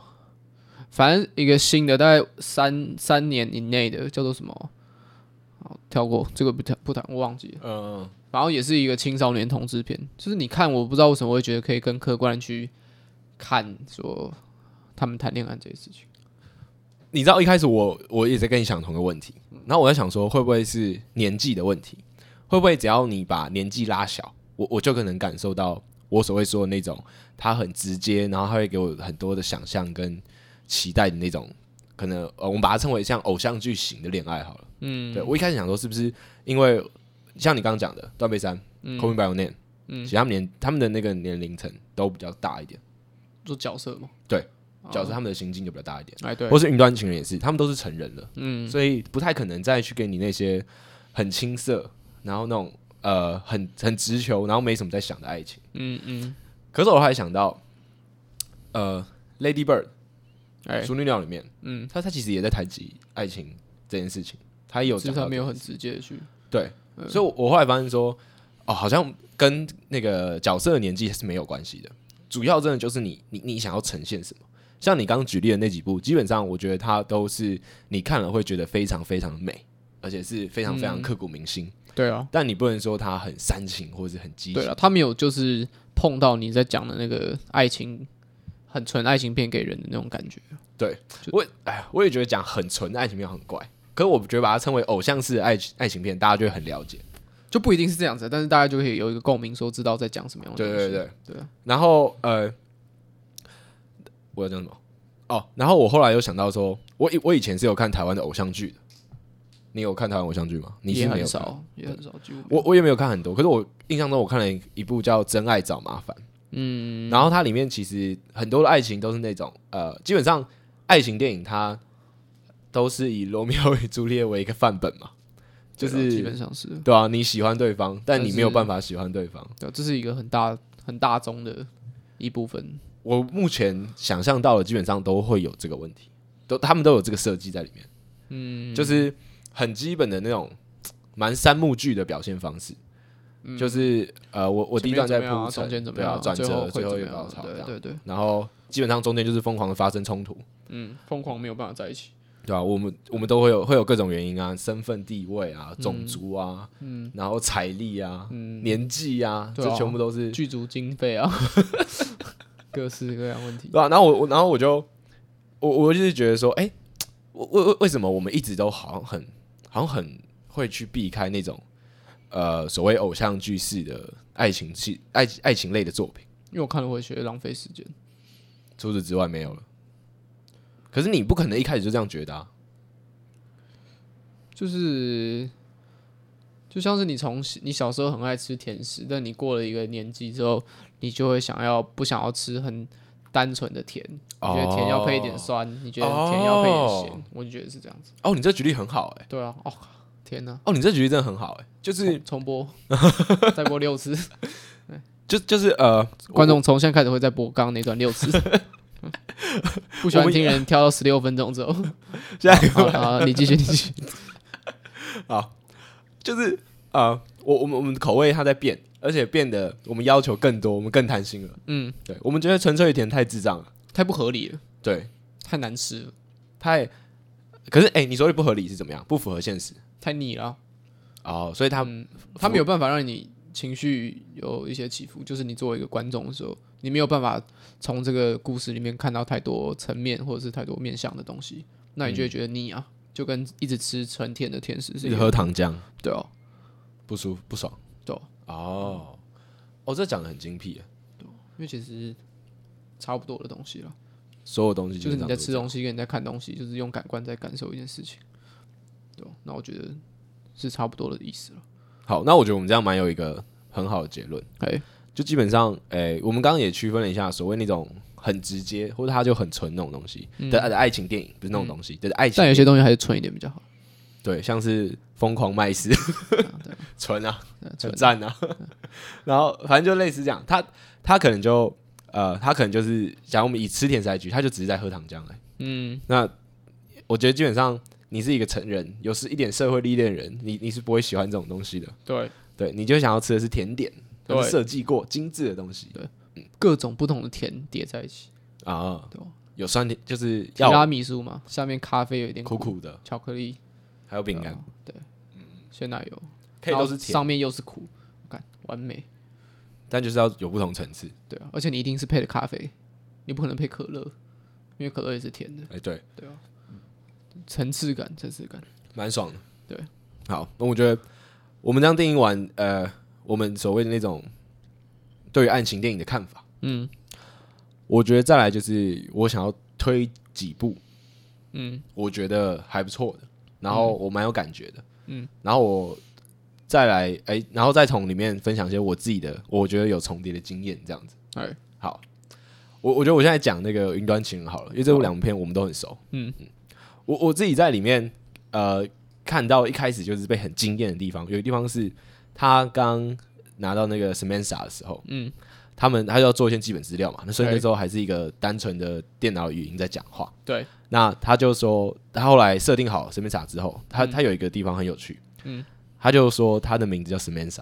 Speaker 1: 反正一个新的，大概三三年以内的，叫做什么？好跳过这个不谈不谈，我忘记了。
Speaker 2: 嗯，嗯
Speaker 1: 然后也是一个青少年同志片，就是你看，我不知道为什么会觉得可以更客观的去看说他们谈恋爱这些事情。
Speaker 2: 你知道一开始我我也在跟你想同个问题，然后我在想说会不会是年纪的问题？会不会只要你把年纪拉小，我我就可能感受到我所谓说的那种他很直接，然后他会给我很多的想象跟期待的那种，可能呃我们把它称为像偶像剧型的恋爱好了。嗯，对我一开始想说是不是因为像你刚刚讲的《断背山》《Call Me by Your Name》，嗯，其实他们年他们的那个年龄层都比较大一点，
Speaker 1: 做角色嘛，
Speaker 2: 角色他们的心境就比较大一点。
Speaker 1: 哎，对
Speaker 2: 或，是云端情人也是，他们都是成人了，嗯，所以不太可能再去给你那些很青涩，然后那种呃很很直球，然后没什么在想的爱情。
Speaker 1: 嗯嗯，
Speaker 2: 可是我还想到，呃，《Lady Bird》
Speaker 1: 哎，
Speaker 2: 熟女鸟里面，
Speaker 1: 嗯，
Speaker 2: 他他其实也在谈及爱情这件事情，他也有
Speaker 1: 只是
Speaker 2: 讲
Speaker 1: 他
Speaker 2: 到
Speaker 1: 没有很直接的去，
Speaker 2: 对，
Speaker 1: 嗯
Speaker 2: 所以我我后来发现说，哦，好像跟那个角色的年纪是没有关系的，主要真的就是你你你想要呈现什么。像你刚刚举例的那几部，基本上我觉得它都是你看了会觉得非常非常美，而且是非常非常刻骨铭心。
Speaker 1: 对啊，
Speaker 2: 但你不能说它很煽情或者是很激
Speaker 1: 对
Speaker 2: 情
Speaker 1: 啊，，他没有就是碰到你在讲的那个爱情，很纯爱情片给人的那种感觉。
Speaker 2: 我哎呀，我也觉得讲很纯的爱情片很怪，可是我觉得把它称为偶像式的爱情爱情片，大家就会很了解。
Speaker 1: 就不一定是这样子，但是大家就可以有一个共鸣，说知道在讲什么样的
Speaker 2: 对
Speaker 1: 东西。
Speaker 2: 对对
Speaker 1: 对啊
Speaker 2: 然后呃，我要讲什么？哦，然后我后来又想到说，我以我以前是有看台湾的偶像剧的，你有看台湾偶像剧吗？你是
Speaker 1: 也
Speaker 2: 没有
Speaker 1: 很
Speaker 2: 看，
Speaker 1: 少，也很少，几乎啊没有
Speaker 2: 我我也没有看很多，可是我印象中我看了一一部叫《真爱找麻烦》，嗯，然后它里面其实很多的爱情都是那种呃，基本上爱情电影它都是以罗密欧与朱丽叶为一个范本嘛，就
Speaker 1: 对啊基
Speaker 2: 是
Speaker 1: 本上是，
Speaker 2: 对啊，你喜欢对方，但
Speaker 1: 但
Speaker 2: 你没有
Speaker 1: 是
Speaker 2: 办法喜欢对方。
Speaker 1: 对啊，这是一个很大很大宗的一部分。
Speaker 2: 我目前想象到的基本上都会有这个问题，都他们都有这个设计在里面。嗯，就是很基本的那种嘖蛮三幕剧的表现方式，就是呃，我我第一段在
Speaker 1: 嗯前面怎么样
Speaker 2: 铺陈，对啊，
Speaker 1: 啊中间怎么样啊，
Speaker 2: 转
Speaker 1: 最
Speaker 2: 折，
Speaker 1: 会
Speaker 2: 最
Speaker 1: 怎
Speaker 2: 后
Speaker 1: 么
Speaker 2: 一
Speaker 1: 样啊
Speaker 2: 高潮这
Speaker 1: 对
Speaker 2: 样，
Speaker 1: 对对，
Speaker 2: 然后基本上中间就是疯狂的发生冲突，
Speaker 1: 嗯，疯狂没有办法在一起。
Speaker 2: 对啊，我们我们都会有会有各种原因啊，身份地位啊，种族啊，嗯，然后财力啊，年纪啊，
Speaker 1: 嗯对啊
Speaker 2: 这全部都是
Speaker 1: 剧组经费啊， 各式各样问题。
Speaker 2: 对啊，然后我我然后我就我我就是觉得说，哎、我为为为什么我们一直都好像很好像很会去避开那种呃所谓偶像剧式的爱情戏爱爱情类的作品，
Speaker 1: 因为我看了会觉得浪费时间，
Speaker 2: 除此之外没有了。可是你不可能一开始就这样觉得啊，
Speaker 1: 就是就像是你从你小时候很爱吃甜食，但你过了一个年纪之后，你就会想要不想要吃很单纯的甜，你觉得甜要配一点酸，你觉得甜要配一点咸，
Speaker 2: 哦
Speaker 1: 我就觉得是这样子。
Speaker 2: 哦，你这举例很好哎、
Speaker 1: 对啊，哦，天哪、
Speaker 2: 哦，你这举例真的很好哎、就是
Speaker 1: 重重播，再播六次，
Speaker 2: 就就是呃，
Speaker 1: 观众从现在开始会再播刚刚那段六次。不喜欢听人挑到十六分钟之后，
Speaker 2: 现在
Speaker 1: 啊好，好你继续，你继续。
Speaker 2: 就是呃，我我们我们的口味它在变，而且变得我们要求更多，我们更贪心了。
Speaker 1: 嗯，
Speaker 2: 对，我们觉得纯粹甜太智障了。
Speaker 1: 太不合理了，
Speaker 2: 对，
Speaker 1: 太难吃了，
Speaker 2: 太，可是哎、你说的不合理是怎么样？不符合现实
Speaker 1: 太腻了啊。
Speaker 2: 哦，所以他、
Speaker 1: 他没有办法让你情绪有一些起伏，就是你作为一个观众的时候，你没有办法从这个故事里面看到太多层面或者是太多面向的东西，那你就会觉得腻
Speaker 2: 嗯
Speaker 1: 啊，就跟一直吃纯甜的甜食是
Speaker 2: 一直
Speaker 1: 一样
Speaker 2: 喝糖浆，
Speaker 1: 对哦，
Speaker 2: 不舒服不爽
Speaker 1: 对哦，
Speaker 2: 哦。哦，这讲的很精辟耶，
Speaker 1: 因为其实差不多的东西了，
Speaker 2: 所有东西基
Speaker 1: 就
Speaker 2: 本
Speaker 1: 是你
Speaker 2: 上
Speaker 1: 在
Speaker 2: 都
Speaker 1: 吃
Speaker 2: 这样
Speaker 1: 东西跟你在看东西，就是用感官在感受一件事情。对吧啊那我觉得是差不多的意思了。
Speaker 2: 好，那我觉得我们这样蛮有一个很好的结论，
Speaker 1: 哎，
Speaker 2: 就基本上，诶、我们刚刚也区分了一下，所谓那种很直接或者它就很纯那种东西
Speaker 1: 嗯
Speaker 2: 的、的爱情电影，不是那种东西，就是爱情
Speaker 1: 但有些东西还是纯一点比较好。
Speaker 2: 对，像是疯狂麦斯， 纯啊，
Speaker 1: 呃
Speaker 2: 很
Speaker 1: 啊纯
Speaker 2: 赞啊。然后反正就类似这样，他他可能就呃，他可能就是，假如我们以吃甜食来举，他就只是在喝糖浆哎、嗯，那我觉得基本上你是一个成人，有是一点社会历练的人，你你是不会喜欢这种东西的。
Speaker 1: 对，
Speaker 2: 对，你就想要吃的是甜点，它是
Speaker 1: 对
Speaker 2: 设计过精致的东西
Speaker 1: 各种不同的甜叠在一起，
Speaker 2: 啊
Speaker 1: 对哦。
Speaker 2: 有酸甜，就是
Speaker 1: 提拉
Speaker 2: 要
Speaker 1: 米苏嘛，下面咖啡有一点
Speaker 2: 苦，苦的，
Speaker 1: 巧克力、
Speaker 2: 还有饼干，
Speaker 1: 鲜奶油，
Speaker 2: 啊嗯配
Speaker 1: 啊然后
Speaker 2: 都是甜，
Speaker 1: 上面又是苦，看完美。
Speaker 2: 但就是要有不同层次。
Speaker 1: 对啊，而且你一定是配的咖啡，你不可能配可乐，因为可乐也是甜的，
Speaker 2: 哎，对，
Speaker 1: 层次感，层次感。
Speaker 2: 蛮爽的。
Speaker 1: 对，
Speaker 2: 好，那我觉得我们这样定义完，呃，我们所谓的那种对于爱情电影的看法，
Speaker 1: 嗯
Speaker 2: 我觉得再来就是我想要推几部
Speaker 1: 嗯
Speaker 2: 我觉得还不错的，然后我蛮有感觉的，
Speaker 1: 嗯，
Speaker 2: 然后我再来，哎、然后再从里面分享一些我自己的，我觉得有重叠的经验，这样子。
Speaker 1: 哎，
Speaker 2: 好，我我觉得我现在讲那个《云端情人》好了，因为这部两篇我们都很熟，
Speaker 1: 嗯
Speaker 2: 我我自己在里面呃看到一开始就是被很惊艳的地方，有一个地方是他刚拿到那个 Samantha 的时候，
Speaker 1: 嗯，
Speaker 2: 他们他就要做一些基本资料嘛，那所以那
Speaker 1: 对
Speaker 2: 时候还是一个单纯的电脑语音在讲话。
Speaker 1: 对，
Speaker 2: 那他就说，他后来设定好 Samantha 之后，他、他有一个地方很有趣，
Speaker 1: 嗯，
Speaker 2: 他就说他的名字叫 Samantha，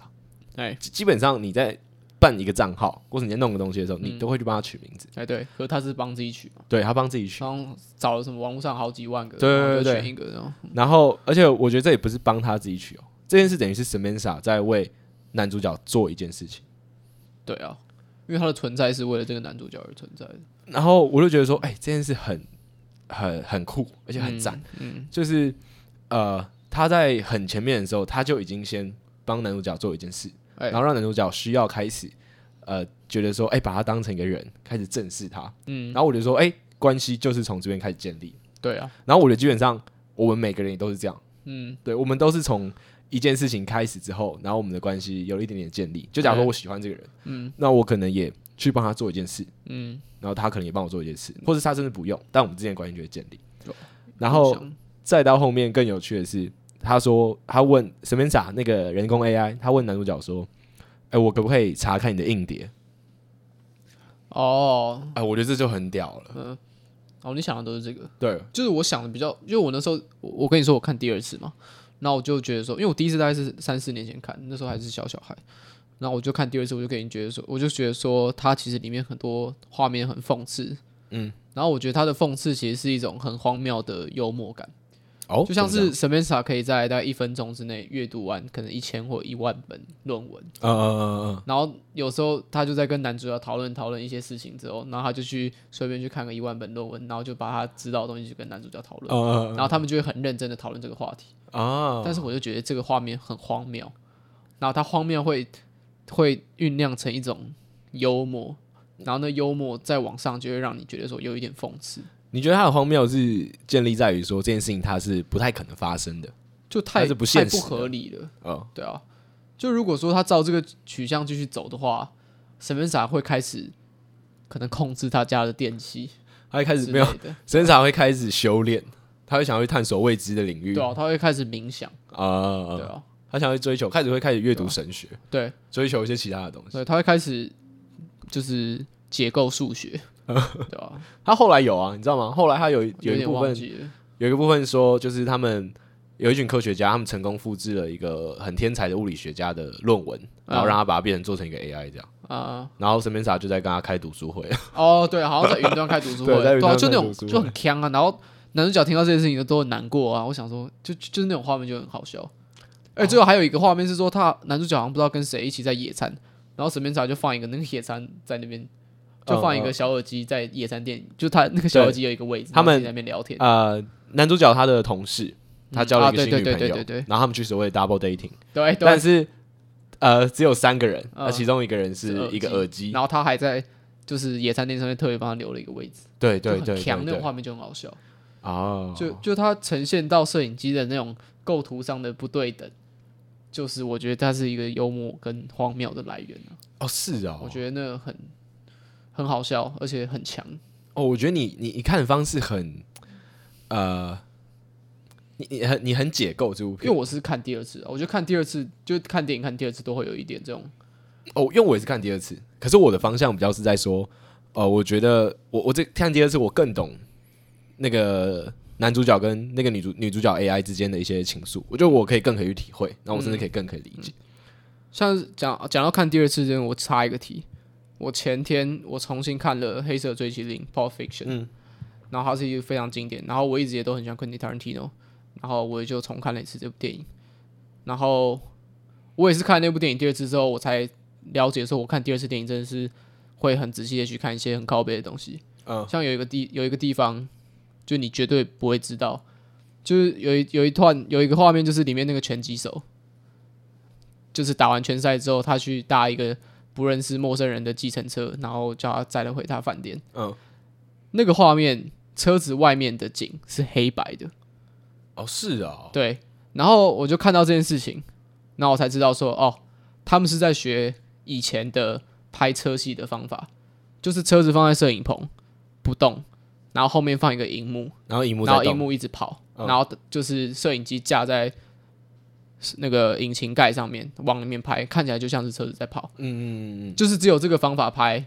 Speaker 1: 哎
Speaker 2: 基基本上你在办一个账号或者你在弄个东西的
Speaker 1: 嗯
Speaker 2: 时候，你都会去帮他取名字，
Speaker 1: 哎对，可是他是帮自己取嘛，
Speaker 2: 对他帮自己取。
Speaker 1: 帮找了什么网络上好几万个，
Speaker 2: 对对
Speaker 1: 然后就
Speaker 2: 对
Speaker 1: 选
Speaker 2: 对
Speaker 1: 一个，然后
Speaker 2: 然后，而且我觉得这也不是帮他自己取哦，这件事等于是 Samantha 在为男主角做一件事情。
Speaker 1: 对啊，因为他的存在是为了这个男主角而存在的，
Speaker 2: 然后我就觉得说，哎、这件事很很很酷，而且很赞、
Speaker 1: 嗯，
Speaker 2: 就是呃，他在很前面的时候，他就已经先帮男主角做一件事，
Speaker 1: 哎
Speaker 2: 然后让男主角需要开始呃，觉得说，哎、把他当成一个人，开始正视他。
Speaker 1: 嗯，
Speaker 2: 然后我就说，哎、关系就是从这边开始建立。
Speaker 1: 对啊，
Speaker 2: 然后我觉得基本上我们每个人也都是这样。
Speaker 1: 嗯
Speaker 2: 对，我们都是从一件事情开始之后，然后我们的关系有了一点点建立。就假如说我喜欢这个人，
Speaker 1: 嗯
Speaker 2: 那我可能也去帮他做一件事，
Speaker 1: 嗯，
Speaker 2: 然后他可能也帮我做一件事，或者他甚至不用，但我们之间的关系就会建立
Speaker 1: 有。
Speaker 2: 然后
Speaker 1: 互相
Speaker 2: 再到后面更有趣的是，他说他问 Samantha 那个人工 AI，他问男主角说：“哎、我可不可以查看你的硬碟
Speaker 1: 哦？”
Speaker 2: 哎、我觉得这就很屌了。
Speaker 1: 哦，你想的都是这个，
Speaker 2: 对，
Speaker 1: 就是我想的比较，因为我那时候我我跟你说我看第二次嘛，然后我就觉得说，因为我第一次大概是三四年前看，那时候还是小小孩，然后我就看第二次，我就给你觉得说，我就觉得说它其实里面很多画面很讽刺，
Speaker 2: 嗯，
Speaker 1: 然后我觉得它的讽刺其实是一种很荒谬的幽默感，
Speaker 2: 哦
Speaker 1: 就像
Speaker 2: 怎么
Speaker 1: 是 Samantha 可以在大概一分钟之内阅读完可能一千或一万本论文，
Speaker 2: 讲呃呃
Speaker 1: 然后有时候他就在跟男主角讨论讨论一些事情之后，然后他就去随便去看个一万本论文，然后就把他知道的东西去跟男主角讨论
Speaker 2: 呃。呃
Speaker 1: 然后他们就会很认真的讨论这个话题。
Speaker 2: 呃啊，
Speaker 1: 但是我就觉得这个画面很荒谬，然后它荒谬会会酝酿成一种幽默，然后那幽默再往上就会让你觉得说有一点讽刺，
Speaker 2: 你觉得他的荒谬是建立在于说这件事情它是不太可能发生的，
Speaker 1: 就太
Speaker 2: 它是不
Speaker 1: 太
Speaker 2: 现
Speaker 1: 不
Speaker 2: 实的
Speaker 1: 合理了，
Speaker 2: 呃，
Speaker 1: 对啊。就如果说他照这个取向继续走的话，沈文傻会开始可能控制他家的电器
Speaker 2: 他一开始
Speaker 1: 之
Speaker 2: 没
Speaker 1: 类
Speaker 2: 有，
Speaker 1: 的，
Speaker 2: 身上会开始修炼，他会想要去探索未知的领域，
Speaker 1: 对啊，他会开始冥想，
Speaker 2: 啊、
Speaker 1: 对啊，
Speaker 2: 他想要去追求，开始会开始阅读神学，
Speaker 1: 对
Speaker 2: 追求一些其他的东西。
Speaker 1: 对，他会开始就是解构 数学，对吧、
Speaker 2: 他后来有啊，你知道吗？后来他有一
Speaker 1: 有
Speaker 2: 有一
Speaker 1: 点
Speaker 2: 部
Speaker 1: 忘
Speaker 2: 分
Speaker 1: 记了。
Speaker 2: 有一个部分说，就是他们有一群科学家，他们成功复制了一个很天才的物理学家的论文，
Speaker 1: 嗯
Speaker 2: 然后让他把它变成做成一个 AI 这样。
Speaker 1: 啊、
Speaker 2: 然后 s a m a n t a 就在跟他开读书会，
Speaker 1: 哦，对，好像在云端开读书会，
Speaker 2: 对在云
Speaker 1: 对啊，
Speaker 2: 端
Speaker 1: 就那
Speaker 2: 开
Speaker 1: 种
Speaker 2: 读书会
Speaker 1: 就很强啊。然后男主角听到这件事情都很难过啊。我想说，就就就是那种画面就很好
Speaker 2: 哦
Speaker 1: 笑。而最后还有一个画面是说，他男主角好像不知道跟谁一起在野餐，然后沈边茶就放一个那个野餐在那边，就放一个小耳机在野餐店，就他那个小耳机有一个位置，
Speaker 2: 他们
Speaker 1: 然后自己在那边聊天，
Speaker 2: 呃，男主角他的同事，他交了一
Speaker 1: 嗯
Speaker 2: 个新
Speaker 1: 啊
Speaker 2: 女
Speaker 1: 对对
Speaker 2: 朋友
Speaker 1: 对对对对，
Speaker 2: 然后他们去所谓的 double dating，
Speaker 1: 对对
Speaker 2: 但。是呃只有三个人，那
Speaker 1: 嗯
Speaker 2: 其中一个人是
Speaker 1: 是耳
Speaker 2: 一个
Speaker 1: 机
Speaker 2: 耳机，
Speaker 1: 然后他还在就是野餐店上面特别帮他留了一个位置，
Speaker 2: 对对
Speaker 1: 就
Speaker 2: 对
Speaker 1: 很
Speaker 2: 对
Speaker 1: 强那种
Speaker 2: 对
Speaker 1: 画面就很好笑。
Speaker 2: 哦，
Speaker 1: 就就它呈现到摄影机的那种构图上的不对等，就是我觉得它是一个幽默跟荒谬的来源、啊、
Speaker 2: 哦是哦，
Speaker 1: 我觉得那很很好笑，而且很强。
Speaker 2: 哦，我觉得你你你看的方式很，呃，你你很你很解构这部
Speaker 1: 因为
Speaker 2: 片
Speaker 1: 我是看第二次啊，我觉得看第二次就看电影看第二次都会有一点这种，
Speaker 2: 哦，因为我也是看第二次，可是我的方向比较是在说，呃，我觉得我我这看第二次我更懂那个男主角跟那个女主女主角 AI 之间的一些情愫，我觉得我可以更可以去体会，那我甚至可以更可以理解。
Speaker 1: 像是讲讲到看第二次这种，我插一个题，我前天我重新看了《黑色追击令》（Pulp Fiction），
Speaker 2: 嗯
Speaker 1: 然后它是一个非常经典，然后我一直也都很喜欢 Quentin Tarantino，然后我也就重看了一次这部电影，然后我也是看那部电影第二次之后，我才了解说，我看第二次电影真的是会很仔细的去看一些很靠背的东西，
Speaker 2: 嗯
Speaker 1: 像有一个地有一个地方，就你绝对不会知道，就是有一有一段有一个画面，就是里面那个拳击手，就是打完拳赛之后，他去搭一个不认识陌生人的计程车，然后叫他载了回他饭店。
Speaker 2: 嗯，
Speaker 1: 那个画面，车子外面的景是黑白的，
Speaker 2: 哦是哦，
Speaker 1: 对。然后我就看到这件事情，然后我才知道说，哦，他们是在学以前的拍车戏的方法，就是车子放在摄影棚不动，然后后面放一个荧幕，
Speaker 2: 然后荧幕在
Speaker 1: 然后
Speaker 2: 动
Speaker 1: 荧幕一直跑，
Speaker 2: 嗯
Speaker 1: 然后就是摄影机架在那个引擎盖上面往里面拍，看起来就像是车子在跑。
Speaker 2: 嗯嗯嗯嗯
Speaker 1: 就是只有这个方法拍，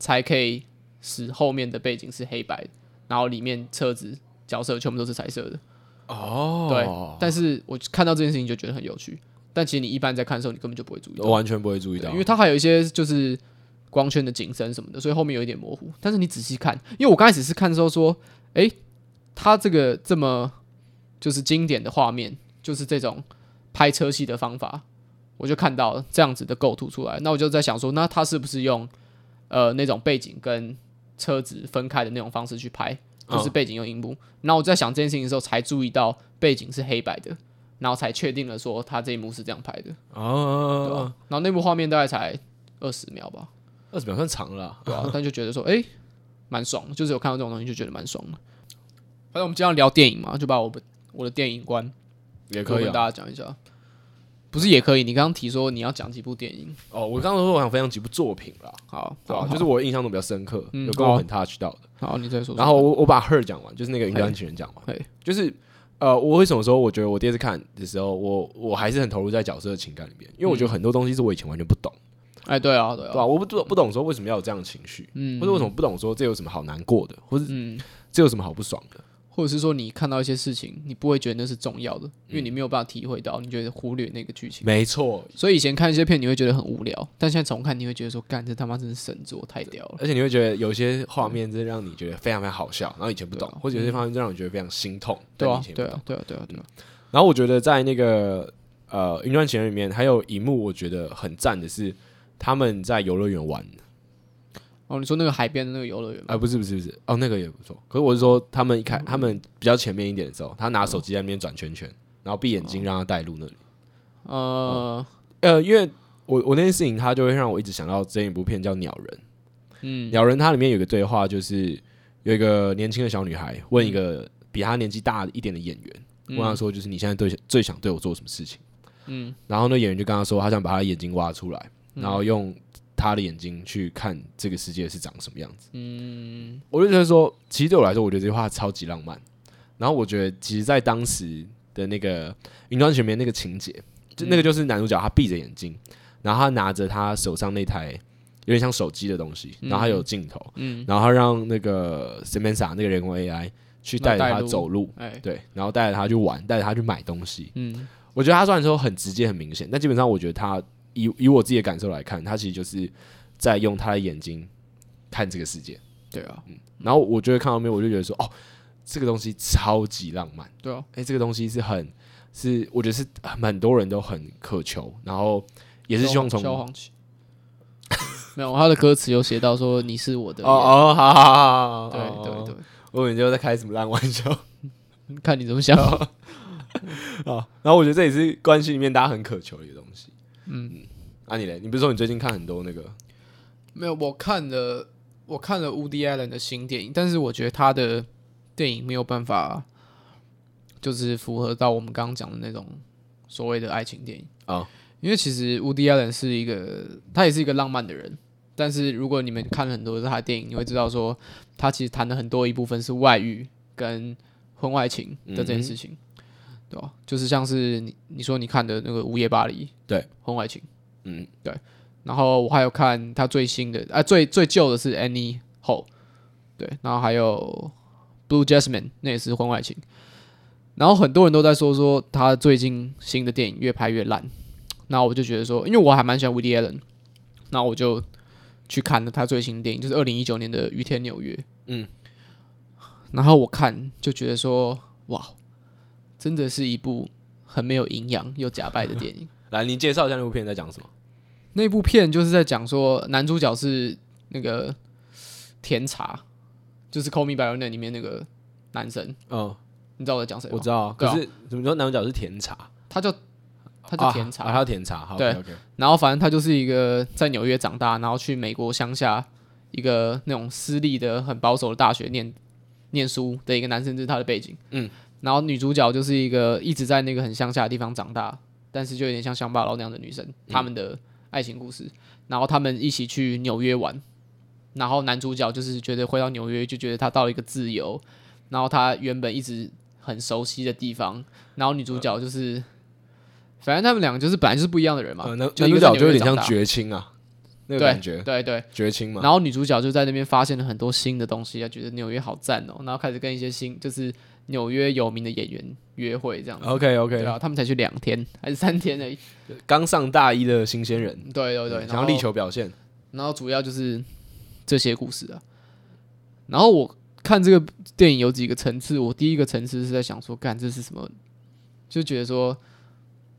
Speaker 1: 才可以使后面的背景是黑白的，然后里面车子角色全部都是彩色的。
Speaker 2: 嗯哦，
Speaker 1: 但是我看到这件事情就觉得很有趣，但其实你一般在看的时候，你根本就不会注意到
Speaker 2: 我，完全不会注意
Speaker 1: 对
Speaker 2: 到，
Speaker 1: 因为它还有一些就是光圈的景深什么的，所以后面有一点模糊。但是你仔细看，因为我刚开始是看的时候说，诶，它这个这么就是经典的画面，就是这种拍车戏的方法，我就看到这样子的构图出来。那我就在想说，那它是不是用呃那种背景跟车子分开的那种方式去拍，就
Speaker 2: 嗯
Speaker 1: 是背景用荧幕？然后我在想这件事情的时候，才注意到背景是黑白的。然后才确定了，说他这一幕是这样拍的。对啊
Speaker 2: 哦
Speaker 1: 吧，？嗯然后那部画面大概才二十秒吧，
Speaker 2: 二十秒算长了啊，
Speaker 1: 对吧、但就觉得说，哎、蛮爽的，就是有看到这种东西就觉得蛮爽的。反正我们经常聊电影嘛，就把我们我的电影观
Speaker 2: 也
Speaker 1: 也
Speaker 2: 可以啊
Speaker 1: 跟大。家讲一下。不是也可以？你刚刚提说你要讲几部电影，
Speaker 2: 哦，我刚刚说我想分享几部作品啦，
Speaker 1: 好，
Speaker 2: 对吧
Speaker 1: 哦好，？
Speaker 2: 就是我印象中比较深刻，
Speaker 1: 嗯
Speaker 2: 有跟我很 touch 到的。
Speaker 1: 好，你再说说。
Speaker 2: 然后我我把 Her 讲完，就是那个云端情人讲完
Speaker 1: 嘿，
Speaker 2: 就是呃，我为什么说我觉得我第一次看的时候，我我还是很投入在角色的情感里面，因为我
Speaker 1: 嗯
Speaker 2: 觉得很多东西是我以前完全不懂，
Speaker 1: 哎，对啊，对
Speaker 2: 对
Speaker 1: 啊，
Speaker 2: 吧？我不懂不懂说为什么要有这样的情绪，
Speaker 1: 嗯
Speaker 2: 或者为什么不懂说这有什么好难过的，或者
Speaker 1: 嗯，
Speaker 2: 这有什么好不爽的。
Speaker 1: 或者是说你看到一些事情，你不会觉得那是重要的，因为你没有办法体会到，你觉得忽略那个剧情。
Speaker 2: 没错，
Speaker 1: 所以以前看一些片你会觉得很无聊，但现在重看你会觉得说，干这他妈真是神作，太屌了。
Speaker 2: 而且你会觉得有些画面真的让你觉得非常非常好笑，然后以前不懂
Speaker 1: 对啊，
Speaker 2: 或者有些画面真的让你觉得非常心痛，
Speaker 1: 对
Speaker 2: 但你
Speaker 1: 啊
Speaker 2: 以，前不
Speaker 1: 对
Speaker 2: 懂
Speaker 1: 啊，对啊，对啊，对啊。
Speaker 2: 然后我觉得在那个呃《云端情人》里面，还有一幕我觉得很赞的是，他们在游乐园玩，
Speaker 1: 哦，你说那个海边的那个游乐园吗？
Speaker 2: 啊、不是不是不是，哦那个也不错。可是我是说，他们一开他们比较前面一点的时候，他拿手机在那边转圈圈，然后闭眼睛让他带路那里。
Speaker 1: 呃，
Speaker 2: 呃，因为我我那件事情，他就会让我一直想到这一部片叫《鸟人》。
Speaker 1: 嗯，
Speaker 2: 鸟人它里面有一个对话，就是有一个年轻的小女孩问一个比她年纪大一点的演员，问他说，就是你现在对最想对我做什么事情？嗯，然后那演员就跟他说，他想把他的眼睛挖出来，然后用他的眼睛去看这个世界是长什么样子。嗯，我就觉得说，其实对我来说，我觉得这句话超级浪漫。然后我觉得，其实，在当时的那个《云端前面那个情节，就那个就是男主角他闭着眼睛，然后他拿着他手上那台有点像手机的东西，然后他有镜头，
Speaker 1: 嗯
Speaker 2: 然后他让那个 Samantha 那个人工 AI 去带着
Speaker 1: 那带
Speaker 2: 他
Speaker 1: 路
Speaker 2: 走路，
Speaker 1: 哎，
Speaker 2: 对，然后带着他去玩，带着他去买东西。
Speaker 1: 嗯
Speaker 2: 我觉得他虽然说很直接很明显，但基本上我觉得他以以我自己的感受来看，他其实就是在用他的眼睛看这个世界。
Speaker 1: 对啊，
Speaker 2: 然后我就会看到没有，我就觉得说，哦，这个东西超级浪漫，
Speaker 1: 对啊，
Speaker 2: 哎，这个东西是很是我觉得是很多人都很渴求，然后也是希望从
Speaker 1: 消防器。 没有，他的歌词有写到说你是我的
Speaker 2: 哦，哦，好好好好好，
Speaker 1: 对
Speaker 2: 好
Speaker 1: 对，
Speaker 2: 好
Speaker 1: 对，
Speaker 2: 我以为你就在开什么烂玩笑。
Speaker 1: 看你怎么 想。
Speaker 2: 啊，然后我觉得这也是关系里面大家很渴求的一个东西。嗯，啊你嘞，你不是说你最近看很多那个？
Speaker 1: 没有，我看了我看了 Woody Allen 的新电影，但是我觉得他的电影没有办法，就是符合到我们刚刚讲的那种所谓的爱情电影
Speaker 2: 哦
Speaker 1: 因为其实 Woody Allen 是一个，他也是一个浪漫的人。但是如果你们看了很多他的电影，你会知道说，他其实谈的很多一部分是外遇跟婚外情的这
Speaker 2: 嗯
Speaker 1: 件事情，对吧？就是像是你你说你看的那个《午夜巴黎》，
Speaker 2: 对，
Speaker 1: 婚外情。
Speaker 2: 嗯，
Speaker 1: 然后我还有看他最新的，啊，最最旧的是 Annie Ho，对，然后还有 Blue Jasmine，那也是婚外情。然后很多人都在说说他最近新的电影越拍越烂，那我就觉得说，因为我还蛮喜欢 Woody Allen，那我就去看了他最新的电影，就是二零一九年的《雨天纽约》。
Speaker 2: 嗯，
Speaker 1: 然后我看就觉得说，哇，真的是一部很没有营养又假掰的电影。
Speaker 2: 来，你介绍一下那部片在讲什么？
Speaker 1: 那部片就是在讲说，男主角是那个甜茶，就是《Call Me by Your Name》里面那个男生，
Speaker 2: 嗯，
Speaker 1: 你知道我在讲谁
Speaker 2: 我
Speaker 1: 吗？
Speaker 2: 知道啊，
Speaker 1: 对
Speaker 2: 可
Speaker 1: 啊
Speaker 2: 是怎么说男主角是甜茶，
Speaker 1: 他叫他叫甜
Speaker 2: 啊啊
Speaker 1: 茶，
Speaker 2: 他叫甜茶，好
Speaker 1: 对
Speaker 2: ，OK，
Speaker 1: 然后反正他就是一个在纽约长大，然后去美国乡下一个那种私立的很保守的大学念念书的一个男生，这是他的背景。
Speaker 2: 嗯，
Speaker 1: 然后女主角就是一个一直在那个很乡下的地方长大，但是就有点像乡巴佬那样的女生，
Speaker 2: 嗯
Speaker 1: 他们的爱情故事。然后他们一起去纽约玩，然后男主角就是觉得回到纽约就觉得他到了一个自由，然后他原本一直很熟悉的地方，然后女主角就是。反正他们两个就是本来就是不一样的人嘛，
Speaker 2: 呃，男
Speaker 1: 嗯就
Speaker 2: 男
Speaker 1: 一
Speaker 2: 主
Speaker 1: 个在
Speaker 2: 角就有
Speaker 1: 纽约
Speaker 2: 点像
Speaker 1: 长大
Speaker 2: 绝亲啊，那个
Speaker 1: 对
Speaker 2: 感觉
Speaker 1: 对对，
Speaker 2: 绝亲嘛，
Speaker 1: 然后女主角就在那边发现了很多新的东西，她觉得纽约好赞哦，然后开始跟一些新就是纽约有名的演员约会这样子。
Speaker 2: OK
Speaker 1: 对
Speaker 2: OK，
Speaker 1: 啊，他们才去两天还是三天而已。
Speaker 2: 刚上大一的新鲜人，
Speaker 1: 对对对，
Speaker 2: 嗯
Speaker 1: 然
Speaker 2: 想
Speaker 1: 后
Speaker 2: 要力求表现，
Speaker 1: 然后主要就是这些故事啊。然后我看这个电影有几个层次，我第一个层次是在想说，干这是什么？就觉得说，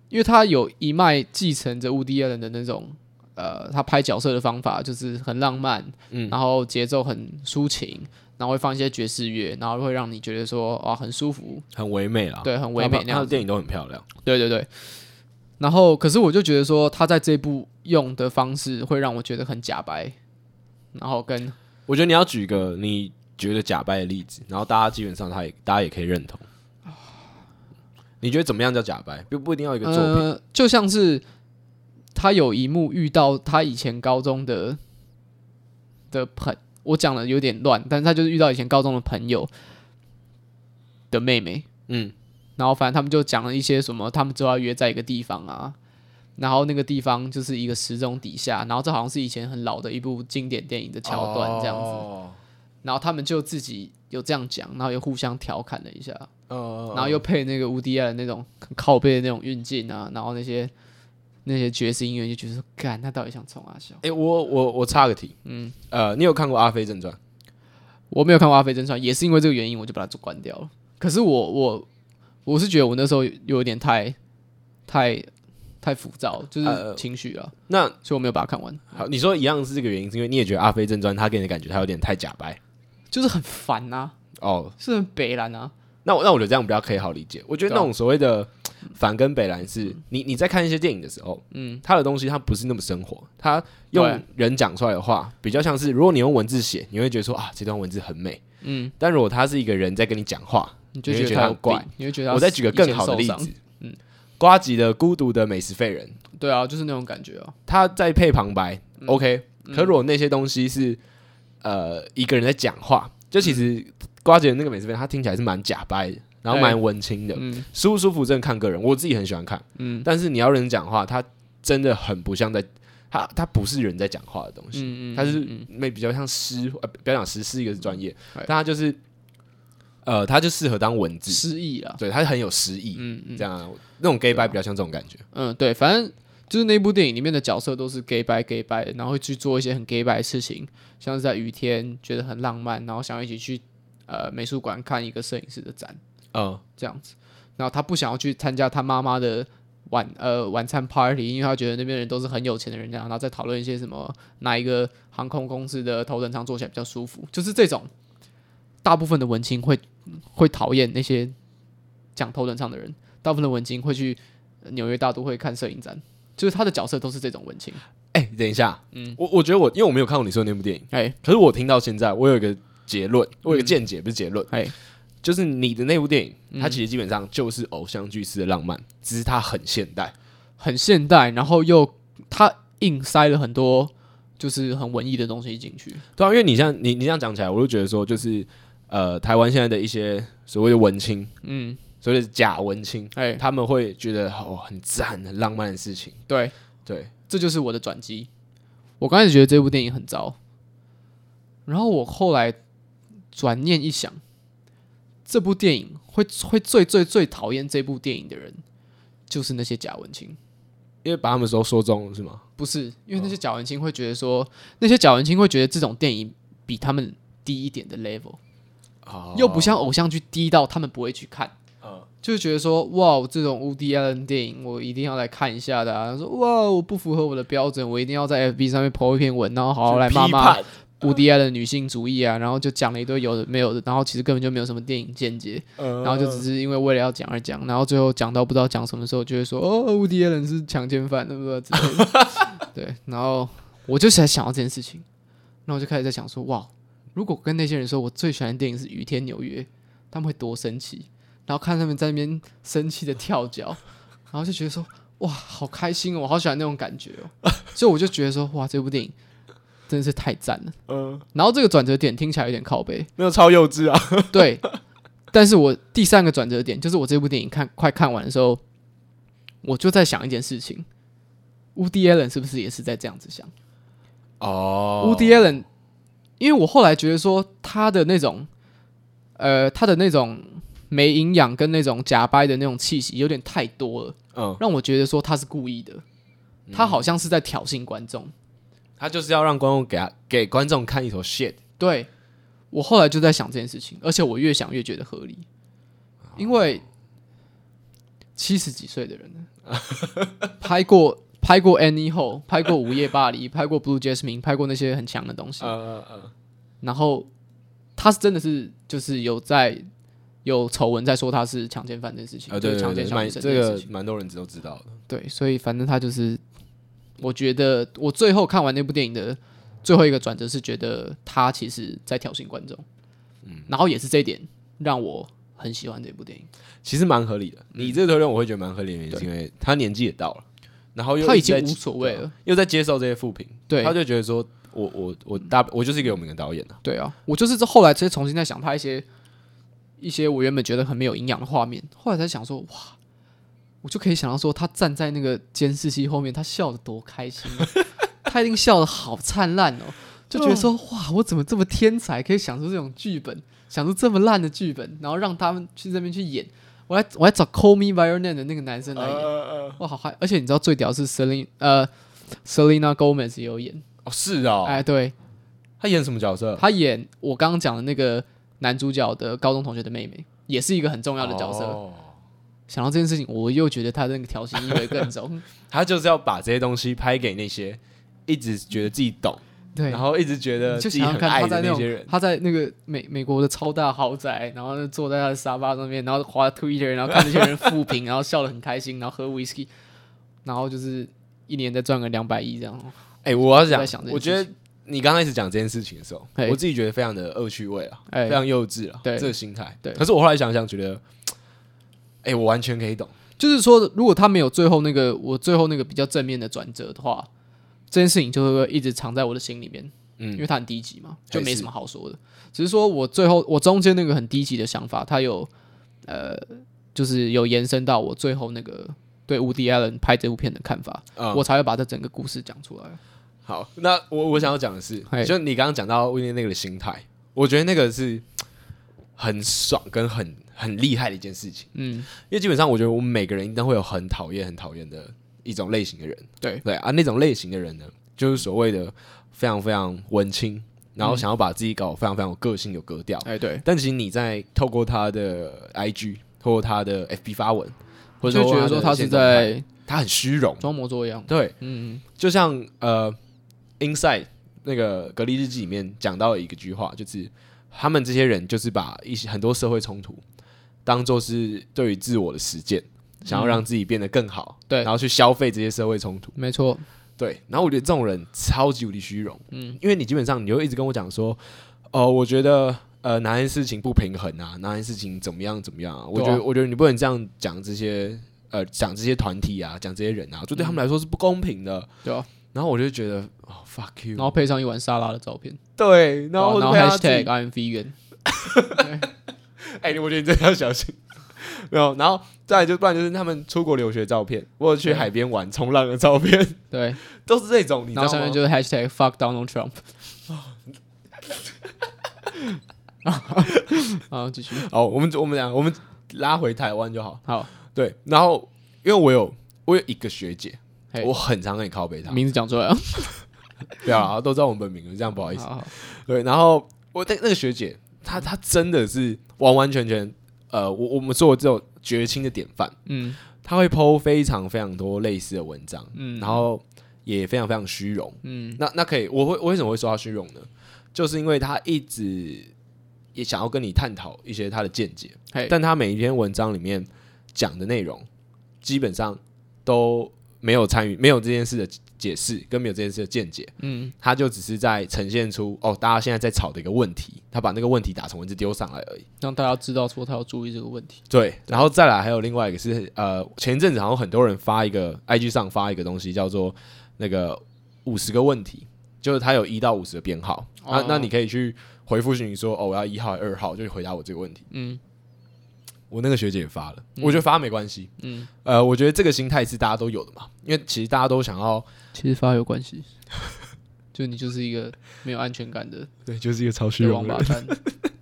Speaker 1: 因为他有一脉继承着乌迪艾伦的那种，呃，他拍角色的方法就是很浪漫，
Speaker 2: 嗯
Speaker 1: 然后节奏很抒情，然后会放一些爵士乐，然后会让你觉得说，啊，很舒服，
Speaker 2: 很唯美啦，
Speaker 1: 对，很唯
Speaker 2: 他
Speaker 1: 美那
Speaker 2: 他
Speaker 1: 样
Speaker 2: 的
Speaker 1: 子
Speaker 2: 电影都很漂亮，
Speaker 1: 对对对。然后，可是我就觉得说，他在这部用的方式会让我觉得很假白，然后跟
Speaker 2: 我觉得你要举一个你觉得假掰的例子，然后大家基本上他也大家也可以认同。你觉得怎么样叫假掰？不不一定要一个作品，
Speaker 1: 呃，就像是他有一幕遇到他以前高中的的朋，我讲的有点乱，但是他就是遇到以前高中的朋友的妹妹，
Speaker 2: 嗯，
Speaker 1: 然后反正他们就讲了一些什么，他们之后要约在一个地方啊，然后那个地方就是一个时钟底下，然后这好像是以前很老的一部经典电影的桥段这样子，
Speaker 2: 哦
Speaker 1: 然后他们就自己有这样讲，然后也互相调侃了一下，
Speaker 2: 呃
Speaker 1: 哦然后又配那个无敌爱的那种很靠背的那种运镜啊，然后那些那些爵士音乐就觉得说，干他到底想冲啊笑？
Speaker 2: 哎、我我我插个题，嗯，呃，你有看过《阿飞正传》？
Speaker 1: 我没有看过《阿飞真传》，也是因为这个原因，我就把它就关掉了。可是我我我是觉得我那时候有有点太太太浮躁，就
Speaker 2: 呃
Speaker 1: 是情绪啊了，
Speaker 2: 那
Speaker 1: 所以我没有把它看完，
Speaker 2: 好，你说一样是这个原因，是因为你也觉得《阿飞正传》他给你的感觉他有点太假掰
Speaker 1: 就是很烦呐、
Speaker 2: 哦。
Speaker 1: 啊是很北蓝啊。
Speaker 2: 那我那我觉得这样比较可以好理解。我觉得
Speaker 1: 对啊嗯
Speaker 2: 那种所谓的反跟北兰是，你你在看一些电影的时候，嗯，他的东西它不是那么生活，他用
Speaker 1: 对
Speaker 2: 人讲出来的话比较像是，如果你用文字写，你会觉得说啊这段文字很美，嗯，但如果他是一个人在跟你讲话，
Speaker 1: 你就
Speaker 2: 你会
Speaker 1: 觉
Speaker 2: 觉得
Speaker 1: 得他
Speaker 2: 他
Speaker 1: 有
Speaker 2: 很怪
Speaker 1: 病，你会觉得他
Speaker 2: 我再举个
Speaker 1: 啊以前
Speaker 2: 更好的
Speaker 1: 受
Speaker 2: 例
Speaker 1: 伤嗯
Speaker 2: 子，，瓜吉的《孤独的美食废人》，
Speaker 1: 对啊，就是那种感觉啊。
Speaker 2: 他在配旁白、o
Speaker 1: 嗯
Speaker 2: k 可如果那些东西是呃一个人在讲话，就其实瓜姐的那个美食片，它听起来是蛮假掰的，然后
Speaker 1: 嗯对
Speaker 2: 蛮文青的，
Speaker 1: 嗯
Speaker 2: 舒不舒服真的看个人，我自己很喜欢看，
Speaker 1: 嗯
Speaker 2: 但是你要人讲话，它真的很不像在，它它不是人在讲话的东西，
Speaker 1: 嗯嗯，
Speaker 2: 它是
Speaker 1: 嗯
Speaker 2: 那比较像诗，呃，不要讲诗，诗一个是专业，
Speaker 1: 嗯
Speaker 2: 但它就是呃，它就适合当文字，
Speaker 1: 失忆啦。
Speaker 2: 对，它很有诗意，
Speaker 1: 啊嗯嗯
Speaker 2: 这样啊那种 gay 掰比较像这种感觉，
Speaker 1: 嗯，对，反正就是那部电影里面的角色都是 gay 白 gay 白，然后会去做一些很 gay 白的事情，像是在雨天觉得很浪漫，然后想要一起去呃美术馆看一个摄影师的展
Speaker 2: 嗯，
Speaker 1: 这样子。然后他不想要去参加他妈妈的晚呃晚餐 party，因为他觉得那边人都是很有钱的人这样，然后再讨论一些什么哪一个航空公司的头等舱坐起来比较舒服，就是这种。大部分的文青会会讨厌那些讲头等舱的人，大部分的文青会去呃纽约大都会看摄影展，就是他的角色都是这种文青。
Speaker 2: 哎、等一下，我我觉得我因为我没有看过你说的那部电影，
Speaker 1: 哎
Speaker 2: 嗯可是我听到现在，我有一个结论，我有一个见解，不是结论，
Speaker 1: 哎，
Speaker 2: 就是你的那部电影，它其实基本上就是偶像剧式的浪漫，只是它很现代。
Speaker 1: 很现代，然后又他硬塞了很多就是很文艺的东西进去。
Speaker 2: 对啊，因为你像你你这样讲起来，我就觉得说，就是呃，台湾现在的一些所谓的文青，嗯，所谓的假文青，
Speaker 1: 哎、
Speaker 2: 他们会觉得哦很赞、很浪漫的事情。
Speaker 1: 对，
Speaker 2: 对，
Speaker 1: 这就是我的转机。我刚开始觉得这部电影很糟，然后我后来转念一想，这部电影会会最最最讨厌这部电影的人，就是那些假文青。
Speaker 2: 因为把他们都说中了是吗？
Speaker 1: 不是，因为那些假文青会觉得说，那些假文青会觉得这种电影比他们低一点的 level，、
Speaker 2: 哦
Speaker 1: 又不像偶像剧低到他们不会去看，就是觉得说，哇，这种 Woody Allen 电影我一定要来看一下的、啊。他说，哇，我不符合我的标准，我一定要在 FB 上面 po 一篇文，然后
Speaker 2: 哦
Speaker 1: 好好来 骂骂 Woody Allen 女性主义啊，然后就讲了一堆有的没有的，然后其实根本就没有什么电影见解，然后就
Speaker 2: 嗯
Speaker 1: 只是因为为了要讲而讲，然后最后讲到不知道讲什么时候，就会说哦，Woody Allen 是强奸犯，对不对？之类的对，然后我就在想到这件事情，然后我就开始在想说，哇，如果跟那些人说我最喜欢的电影是《雨天纽约》，他们会多生气，然后看他们在那边生气的跳脚，然后就觉得说，哇，好开心哦，我好喜欢那种感觉哦，所以我就觉得说，哇，这部电影真的是太赞了。
Speaker 2: 嗯，
Speaker 1: 然后这个转折点听起来有点靠背，
Speaker 2: 没有超幼稚啊。
Speaker 1: 对。但是我第三个转折点就是我这部电影看快看完的时候，我就在想一件事情：Woody Allen 是不是也是在这样子想、
Speaker 2: 哦
Speaker 1: w o o d y Allen，因为我后来觉得说他的那种，呃，他的那种没营养跟那种假掰的那种气息有点太多了，
Speaker 2: 嗯，
Speaker 1: 让我觉得说他是故意的，他好像是在挑衅观众。
Speaker 2: 他就是要让观众给他给观众看一头 shit。
Speaker 1: 对我后来就在想这件事情，而且我越想越觉得合理，因为七十几岁的人 了拍过拍过 Annie 后，拍过《午夜巴黎》，拍过《Blue Jasmine》，拍过那些很强的东西，
Speaker 2: 呃
Speaker 1: 嗯
Speaker 2: 呃，
Speaker 1: 然后他是真的是就是有在有丑闻在说他是强奸犯这件事情，
Speaker 2: 呃，
Speaker 1: 就
Speaker 2: 对
Speaker 1: 是
Speaker 2: 对
Speaker 1: 强
Speaker 2: 对
Speaker 1: 奸
Speaker 2: 对，
Speaker 1: 小
Speaker 2: 蛮
Speaker 1: 女生
Speaker 2: 这
Speaker 1: 这件事
Speaker 2: 个
Speaker 1: 情，
Speaker 2: 蛮多人都知道的。
Speaker 1: 对，所以反正他就是，我觉得我最后看完那部电影的最后一个转折是觉得他其实在挑衅观众，嗯，然后也是这一点让我很喜欢这部电影。
Speaker 2: 其实蛮合理的。你这个推论我会觉得蛮合理的原因，是因为他年纪也到了，然哦后又
Speaker 1: 他已
Speaker 2: 一直
Speaker 1: 经
Speaker 2: 在啊
Speaker 1: 无所谓了，
Speaker 2: 又在接受这些负评，
Speaker 1: 对
Speaker 2: 他就觉得说我我我大我就是一个有名的导演啊，
Speaker 1: 对啊，我就是这后来才重新在想他一些一些我原本觉得很没有营养的画面，后来才想说哇。我就可以想到说，他站在那个监视器后面，他笑得多开心啊、他一定笑得好灿烂哦，就觉得说哇，我怎么这么天才，可以想出这种剧本，想出这么烂的剧本，然后让他们去这边去演。我还我还找 Call Me by Your Name 的那个男生来演，
Speaker 2: 呃哦
Speaker 1: 哇，好嗨！而且你知道最屌是 Selina 呃 Selina Gomez 也有演，
Speaker 2: 哦是哦，
Speaker 1: 哎，对，
Speaker 2: 他演什么角色？
Speaker 1: 他演我刚刚讲的那个男主角的高中同学的妹妹，也是一个很重要的角色。
Speaker 2: 哦
Speaker 1: 想到这件事情，我又觉得他那个调情意味 更重。
Speaker 2: 他就是要把这些东西拍给那些一直觉得自己懂，
Speaker 1: 对，
Speaker 2: 然后一直觉得
Speaker 1: 你
Speaker 2: 自
Speaker 1: 就
Speaker 2: 己
Speaker 1: 想
Speaker 2: 很
Speaker 1: 想看
Speaker 2: 爱
Speaker 1: 他
Speaker 2: 的
Speaker 1: 在那
Speaker 2: 些
Speaker 1: 种
Speaker 2: 人，
Speaker 1: 他在那个美美国的超大豪宅，然后坐在他的沙发上面，然后滑 Twitter，然后看那些人复 评，然后笑得很开心，然后喝 whisky，然后就是一年再赚个两百亿这样。
Speaker 2: 哎，我要
Speaker 1: 我在想
Speaker 2: 讲
Speaker 1: 这，件
Speaker 2: 我觉得你刚开始讲这件事情的时候
Speaker 1: 嘿，
Speaker 2: 我自己觉得非常的恶趣味啊，
Speaker 1: 哎
Speaker 2: 非常幼稚啊，
Speaker 1: 对
Speaker 2: 这个心态。
Speaker 1: 对
Speaker 2: 可是我后来想想，觉得，哎，我完全可以懂。
Speaker 1: 就是说，如果他没有最后那个我最后那个比较正面的转折的话，这件事情就会一直藏在我的心里面。
Speaker 2: 嗯
Speaker 1: 因为它很低级嘛，
Speaker 2: 还
Speaker 1: 就没
Speaker 2: 是
Speaker 1: 什么好说的。只是说我最后我中间那个很低级的想法，它有呃，就是有延伸到我最后那个对 Woody Allen 拍这部片的看法，
Speaker 2: 嗯
Speaker 1: 我才会把这整个故事讲出来。
Speaker 2: 好，那我我想要讲的是
Speaker 1: 嘿，
Speaker 2: 就你刚刚讲到威廉那个的心态，我觉得那个是很爽跟很很厉害的一件事情，
Speaker 1: 嗯，
Speaker 2: 因为基本上我觉得我们每个人一定会有很讨厌、很讨厌的一种类型的人，
Speaker 1: 对
Speaker 2: 对啊，那种类型的人呢，就是所谓的非常非常文青，然
Speaker 1: 嗯
Speaker 2: 后想要把自己搞得非常非常有个性、有格调，
Speaker 1: 哎、对，
Speaker 2: 但其实你在透过他的 IG，透过他的 FB 发文，或
Speaker 1: 我
Speaker 2: 者
Speaker 1: 就
Speaker 2: 透
Speaker 1: 觉
Speaker 2: 过
Speaker 1: 得说
Speaker 2: 的
Speaker 1: 他
Speaker 2: 现
Speaker 1: 是
Speaker 2: 实动态
Speaker 1: 在
Speaker 2: 他很虚荣，
Speaker 1: 装模作样。
Speaker 2: 对，
Speaker 1: 嗯，
Speaker 2: 就像呃，Inside 那个隔离日记里面讲到一个句话，就是他们这些人就是把一些很多社会冲突当做是对于自我的实践，想要让自己变得更好，
Speaker 1: 嗯对
Speaker 2: 然后去消费这些社会冲突，
Speaker 1: 没错，
Speaker 2: 对。然后我觉得这种人超级无敌虚荣，嗯，因为你基本上你就一直跟我讲说，哦、我觉得呃哪件事情不平衡啊，哪件事情怎么样怎么样啊。我觉
Speaker 1: 对啊
Speaker 2: 得我觉得你不能这样讲这些呃讲这些团体啊，讲这些人啊，就对
Speaker 1: 嗯
Speaker 2: 他们来说是不公平的。
Speaker 1: 对啊，
Speaker 2: 然后我就觉得哦 fuck you，
Speaker 1: 然后配上一碗沙拉的照片，
Speaker 2: 对，然后
Speaker 1: 对啊
Speaker 2: 配
Speaker 1: 然
Speaker 2: 他
Speaker 1: 后
Speaker 2: 自己
Speaker 1: hashtag I'm vegan，
Speaker 2: 哎、我觉得你真的要小心。没有，然后再来就不然就是他们出国留学照片，或者去
Speaker 1: 啊
Speaker 2: 海边玩冲浪的照片，
Speaker 1: 对，
Speaker 2: 都是这种，你知道
Speaker 1: 然后下面
Speaker 2: 吗？
Speaker 1: 就是 hashtag fuck Donald Trump，啊，继续，
Speaker 2: 好，哦我们我们俩我们拉回台湾就好。
Speaker 1: 好，
Speaker 2: 对，然后因为我有我有一个学姐
Speaker 1: 嘿，
Speaker 2: 我很常跟你靠背她，
Speaker 1: 名字讲出来啊，
Speaker 2: 不要啦，都知道我们本名，这样不好意思。
Speaker 1: 好好
Speaker 2: 对，然后我那那个学姐，她她真的是完完全全，呃，我我们做这种绝清的典范，
Speaker 1: 嗯
Speaker 2: 她会剖非常非常多类似的文章，
Speaker 1: 嗯，
Speaker 2: 然后也非常非常虚荣。
Speaker 1: 嗯
Speaker 2: 那那可以，我会我为什么会说他虚荣呢？就是因为他一直也想要跟你探讨一些他的见解，
Speaker 1: 嘿
Speaker 2: 但他每一篇文章里面讲的内容基本上都没有参与，没有这件事的解释，跟没有这件事的见解，
Speaker 1: 嗯
Speaker 2: 他就只是在呈现出哦，大家现在在吵的一个问题，他把那个问题打成文字丢上来而已。
Speaker 1: 让大家知道说他要注意这个问题，
Speaker 2: 对，然后再来还有另外一个是呃，前一阵子好像很多人发一个 IG 上发一个东西叫做那个五十个问题，就是它有一到五十的编号，那、
Speaker 1: 哦
Speaker 2: 那你可以去回复你说哦，我要一号二号，就回答我这个问题。
Speaker 1: 嗯
Speaker 2: 我那个学姐也发了，我觉得发没关系，
Speaker 1: 嗯，
Speaker 2: 呃，我觉得这个心态是大家都有的嘛，因为其实大家都想要
Speaker 1: 其实发有关系， 就你就是一个没有安全感的
Speaker 2: 对，就是一个超虚
Speaker 1: 王八蛋，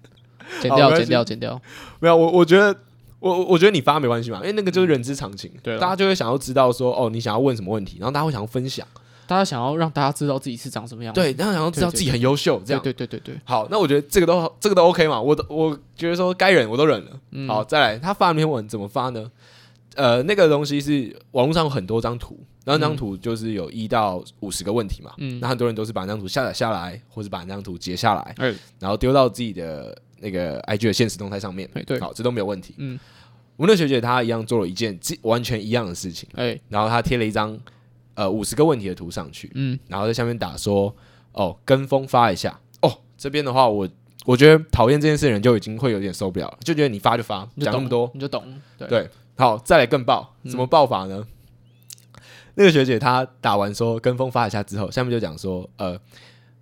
Speaker 1: 剪掉
Speaker 2: 没关系
Speaker 1: 剪掉剪掉，
Speaker 2: 没有，我我觉得。我我觉得你发没关系嘛，因为那个就是人之常情，
Speaker 1: 对啦
Speaker 2: 大家就会想要知道说，哦，你想要问什么问题，然后大家会想要分享，
Speaker 1: 大家想要让大家知道自己是长什么样子，
Speaker 2: 对，大家想要知道自己很优秀，这样，
Speaker 1: 对对对对对，
Speaker 2: 好，那我觉得这个都这个都 OK 嘛，我都我觉得说该忍我都忍了。
Speaker 1: 嗯
Speaker 2: 好，再来，他发那篇文怎么发呢？呃，那个东西是网络上有很多张图，然后那张图就是有一到五十个问题嘛，
Speaker 1: 嗯
Speaker 2: 那很多人都是把那张图下载下来，或者把那张图截下来，
Speaker 1: 哎
Speaker 2: 然后丢到自己的那个 IG 的现实动态上面。
Speaker 1: 哎对
Speaker 2: 好，这都没有问题。
Speaker 1: 嗯，
Speaker 2: 我们的学姐她一样做了一件这完全一样的事情，
Speaker 1: 哎
Speaker 2: 然后她贴了一张呃五十个问题的图上去，
Speaker 1: 嗯
Speaker 2: 然后在下面打说哦跟风发一下哦。这边的话我，我觉得讨厌这件事的人就已经会有点受不了了，就觉得你发就发，
Speaker 1: 你
Speaker 2: 讲那
Speaker 1: 就懂嗯
Speaker 2: 么多，
Speaker 1: 你就懂，对
Speaker 2: 对，好，再来更爆，怎么爆法呢？那个学姐她打完说跟风发一下之后，下面就讲说，呃，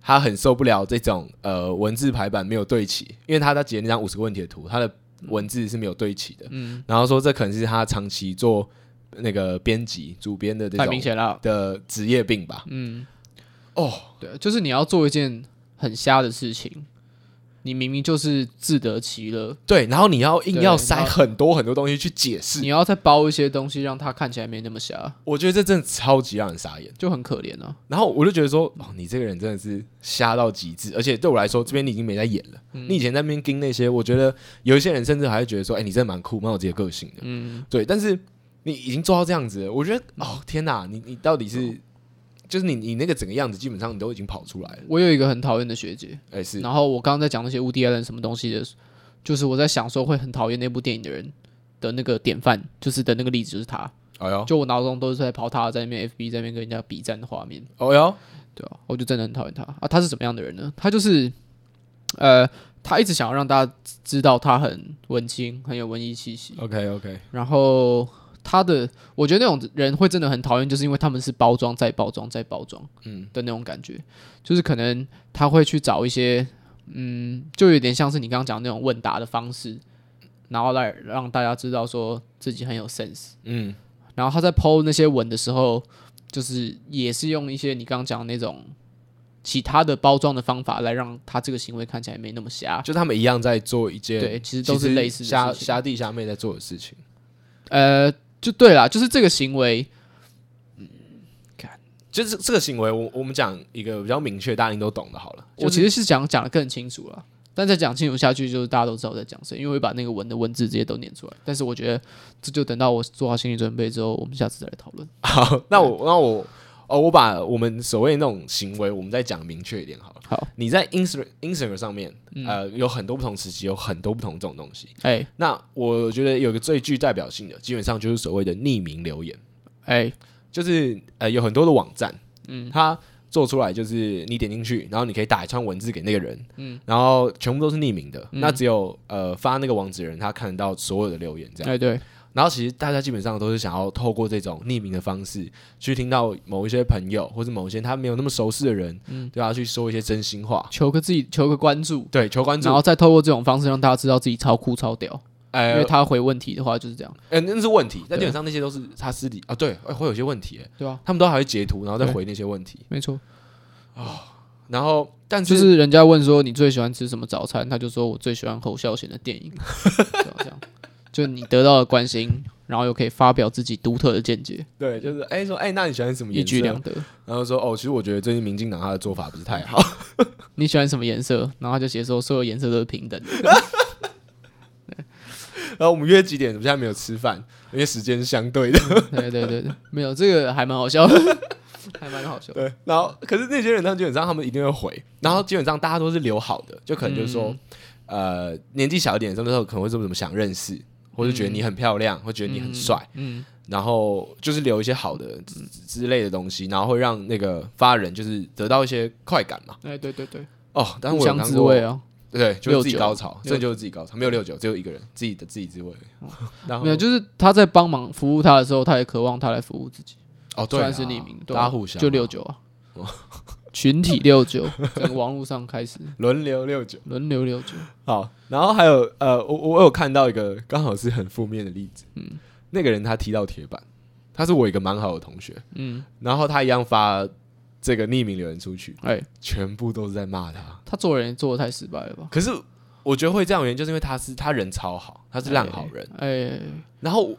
Speaker 2: 她很受不了这种呃文字排版没有对齐，因为她在截那张五十个问题的图，她的文字是没有对齐的，
Speaker 1: 嗯，
Speaker 2: 然后说这可能是她长期做那个编辑主编的这
Speaker 1: 太明
Speaker 2: 种
Speaker 1: 显了，
Speaker 2: 的职业病吧。
Speaker 1: 嗯，
Speaker 2: 哦，
Speaker 1: 对，就是你要做一件很瞎的事情，你明明就是自得其乐，
Speaker 2: 对，然后你要硬
Speaker 1: 对
Speaker 2: 要
Speaker 1: 然
Speaker 2: 塞
Speaker 1: 后
Speaker 2: 很多很多东西去解释
Speaker 1: 你，要再包一些东西让它看起来没那么瞎，
Speaker 2: 我觉得这真的超级让人傻眼。
Speaker 1: 就很可怜啊。
Speaker 2: 然后我就觉得说，哦，你这个人真的是瞎到极致，而且对我来说，这边你已经没在演了。
Speaker 1: 嗯
Speaker 2: 你以前在那边盯那些，我觉得有一些人甚至还会觉得说，哎、你真的蛮酷，蛮有自己的个性的。
Speaker 1: 嗯，
Speaker 2: 对，但是你已经做到这样子了，我觉得，哦，天哪，你你到底
Speaker 1: 嗯
Speaker 2: 是，就是你你那个整个样子，基本上你都已经跑出来了。
Speaker 1: 我有一个很讨厌的学姐，
Speaker 2: 哎、是，
Speaker 1: 然后我刚刚在讲那些 Woody Allen 什么东西的时候，就是我在想说会很讨厌那部电影的人的那个典范，就是的那个例子就是他，
Speaker 2: 哎呦，
Speaker 1: 就我脑中都是在跑他在那边 FB 在那边跟人家比战的画面。
Speaker 2: 哦呦，
Speaker 1: 对啊，我就真的很讨厌他啊。他是怎么样的人呢？他就是，呃，他一直想要让大家知道他很文青，很有文艺气息。
Speaker 2: ，OK OK，
Speaker 1: 然后他的，我觉得那种人会真的很讨厌，就是因为他们是包装再包装再包装，嗯的那种感觉。就是可能他会去找一些，嗯，就有点像是你刚刚讲的那种问答的方式，然后来让大家知道说自己很有 sense。
Speaker 2: 嗯，
Speaker 1: 然后他在 PO 那些文的时候，就是也是用一些你刚刚讲的那种其他的包装的方法来让他这个行为看起来没那么瞎。
Speaker 2: 就他们一样在做一件，
Speaker 1: 对，其实都是类似的
Speaker 2: 瞎
Speaker 1: 事情
Speaker 2: 瞎弟瞎妹在做的事情，
Speaker 1: 呃，就对啦，就是这个行为，
Speaker 2: 就是这个行为我，我们讲一个比较明确，大家应都懂的，好了。
Speaker 1: 我其实是想讲的更清楚了。但再讲清楚下去，就是大家都知道我在讲谁，因为我会把那个文的文字直接都念出来。但是我觉得这就等到我做好心理准备之后，我们下次再来讨论。
Speaker 2: 好， 那我那我哦，我把我们所谓那种行为，我们再讲明确一点好了。
Speaker 1: 好，
Speaker 2: 你在 Instagram Instagram 上面，呃，有很多不同时期，有很多不同这种东西。
Speaker 1: 哎、
Speaker 2: 那我觉得有个最具代表性的，基本上就是所谓的匿名留言，
Speaker 1: 哎、
Speaker 2: 就是呃，有很多的网站，嗯，它做出来就是你点进去，然后你可以打一串文字给那个人，嗯，然后全部都是匿名的，那只有呃发那个网址的人他看得到所有的留言这样。
Speaker 1: 哎对，
Speaker 2: 然后其实大家基本上都是想要透过这种匿名的方式，去听到某一些朋友或者某一些他没有那么熟识的人，
Speaker 1: 嗯
Speaker 2: 对他去说一些真心话，
Speaker 1: 求个自己求个关注，
Speaker 2: 对，求关注
Speaker 1: 然。后再透过这种方式让大家知道自己超酷超屌，因
Speaker 2: 呃
Speaker 1: 为，他回问题的话就是这样，
Speaker 2: 呃，那是问题，但
Speaker 1: 对
Speaker 2: 基本上那些都是他私底啊，对，哎会有些问题，哎
Speaker 1: 对吧？
Speaker 2: 他们都还会截图，然后再
Speaker 1: 对
Speaker 2: 回那些问题。
Speaker 1: 没错，
Speaker 2: 然后，但
Speaker 1: 嗯就是是人家问说你最喜欢吃什么早餐，他就说我最喜欢侯孝贤的电 影，对吧这样，就你得到了关心，然后又可以发表自己独特的见解，
Speaker 2: 对，就是哎、说哎、那你喜欢什么
Speaker 1: 一
Speaker 2: 颜色
Speaker 1: 举？两得。
Speaker 2: 然后说哦，其实我觉得最近民进党他的做法不是太好。
Speaker 1: 你喜欢什么颜色？然后他就写说所有颜色都是平等的。
Speaker 2: 然后我们约几点？我们现在没有吃饭，因为时间是相对的。
Speaker 1: 对对对对，没有这个还蛮好笑的， 还蛮好笑的。
Speaker 2: 对，然后可是那些人，他们基本上他们一定会回，然后基本上大家都是留好的，就可能就是说，呃，年纪小一点，什么时候可能会这么怎么想认识，或者觉得你很漂亮，或觉得你很帅，
Speaker 1: 嗯，
Speaker 2: 然后就是留一些好的之之类的东西，然后会让那个发人就是得到一些快感嘛。
Speaker 1: 哎，对对对，
Speaker 2: 哦，但
Speaker 1: 互
Speaker 2: 我有
Speaker 1: 相
Speaker 2: 看
Speaker 1: 滋
Speaker 2: 过
Speaker 1: 味，啊，
Speaker 2: 对，就是自己
Speaker 1: 六九
Speaker 2: 高潮，
Speaker 1: 六
Speaker 2: 这就是自己高潮，没有六九，只有一个人自己的自己滋味。然后
Speaker 1: 没有，就是他在帮忙服务他的时候，他也渴望他来服务自己，
Speaker 2: 哦，
Speaker 1: 虽
Speaker 2: 对啊，
Speaker 1: 然是匿名，对
Speaker 2: 大
Speaker 1: 啊
Speaker 2: 家互相
Speaker 1: 就
Speaker 2: 嘛
Speaker 1: 六 九啊，群体六九，整个网络上开始
Speaker 2: 轮流六九。
Speaker 1: 轮流六九，
Speaker 2: 好，然后还有呃，我我有看到一个刚好是很负面的例子，嗯，那个人他踢到铁板，他是我一个蛮好的同学，
Speaker 1: 嗯，
Speaker 2: 然后他一样发这个匿名留言出去，
Speaker 1: 哎，
Speaker 2: 全部都是在骂他。
Speaker 1: 他做人也做的太失败了吧？
Speaker 2: 可是我觉得会这样的原因，就是因为他是他人超好，他是烂好人，
Speaker 1: 哎，
Speaker 2: 然后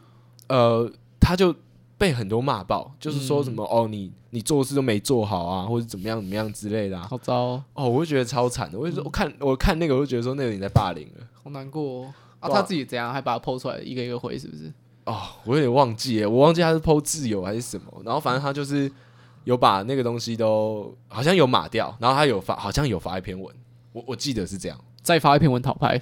Speaker 2: 呃，他就被很多骂爆，就是说什么、哦，你你做事都没做好啊，或者怎么样怎么样之类的、啊。
Speaker 1: 好糟哦，
Speaker 2: 哦，我就觉得超惨的，我就说我看我看那个，我就觉得说那个你在霸凌了。
Speaker 1: 好难过哦。啊，
Speaker 2: 对啊
Speaker 1: 他自己怎样还把他剖出来，一个一个回，是不是？
Speaker 2: 哦，我有点忘记耶，我忘记他是剖自由还是什么，然后反正他就是有把那个东西都好像有码掉，然后他有发，好像有发一篇文，我我记得是这样，
Speaker 1: 再发一篇文讨拍，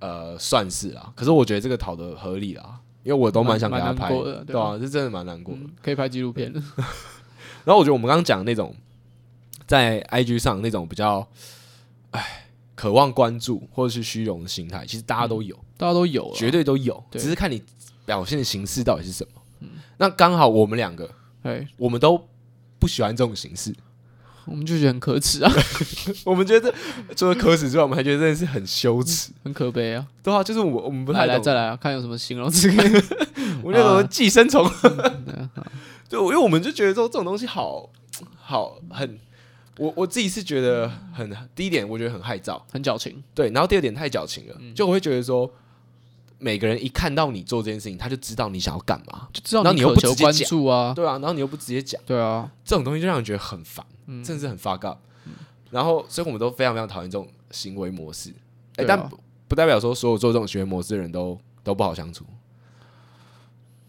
Speaker 2: 呃，算是啦、可是我觉得这个讨的合理啦，因为我都蛮想给他
Speaker 1: 蛮蛮
Speaker 2: 拍，
Speaker 1: 难过的对
Speaker 2: 对
Speaker 1: 吧
Speaker 2: 啊，是真的蛮难过的。
Speaker 1: 嗯，可以拍纪录片了。
Speaker 2: 然后我觉得我们刚刚讲的那种在 IG 上那种比较，哎，渴望关注或者是虚荣的心态，其实大家都有。
Speaker 1: 大家都有了，
Speaker 2: 绝对都有，
Speaker 1: 嗯对啊
Speaker 2: 只是看你表现的形式到底是什么。
Speaker 1: 嗯
Speaker 2: 那刚好我们两个，
Speaker 1: 哎，
Speaker 2: 我们都不喜欢这种形式，
Speaker 1: 我们就觉得很可 耻啊，
Speaker 2: 我们觉得除了可耻之外，我们还觉得真的是很羞耻。
Speaker 1: 很可悲啊。
Speaker 2: 对啊，就是我我们不
Speaker 1: 来
Speaker 2: 太
Speaker 1: 来
Speaker 2: 懂，
Speaker 1: 再来啊，看有什么形容词 可以。
Speaker 2: 我那种寄生虫，
Speaker 1: 嗯
Speaker 2: 对，因为我们就觉得说这种东西好好很。我我自己是觉得很第一点，我觉得很害臊，
Speaker 1: 很矫情，
Speaker 2: 对，然后第二点太矫情了，
Speaker 1: 嗯
Speaker 2: 就我会觉得说，每个人一看到你做这件事情，他就知道你想要干嘛，
Speaker 1: 就知道
Speaker 2: 然后你又
Speaker 1: 渴
Speaker 2: 不
Speaker 1: 求
Speaker 2: 直接
Speaker 1: 关
Speaker 2: 讲
Speaker 1: 注啊。
Speaker 2: 对啊，然后你又不直接讲。
Speaker 1: 对啊，
Speaker 2: 这种东西就让人觉得很烦，
Speaker 1: 嗯
Speaker 2: 真的是很 fuck up。然后，所以我们都非常非常讨厌这种行为模式。哎、
Speaker 1: 对啊
Speaker 2: 但不不代表说所有做这种行为模式的人都都不好相处。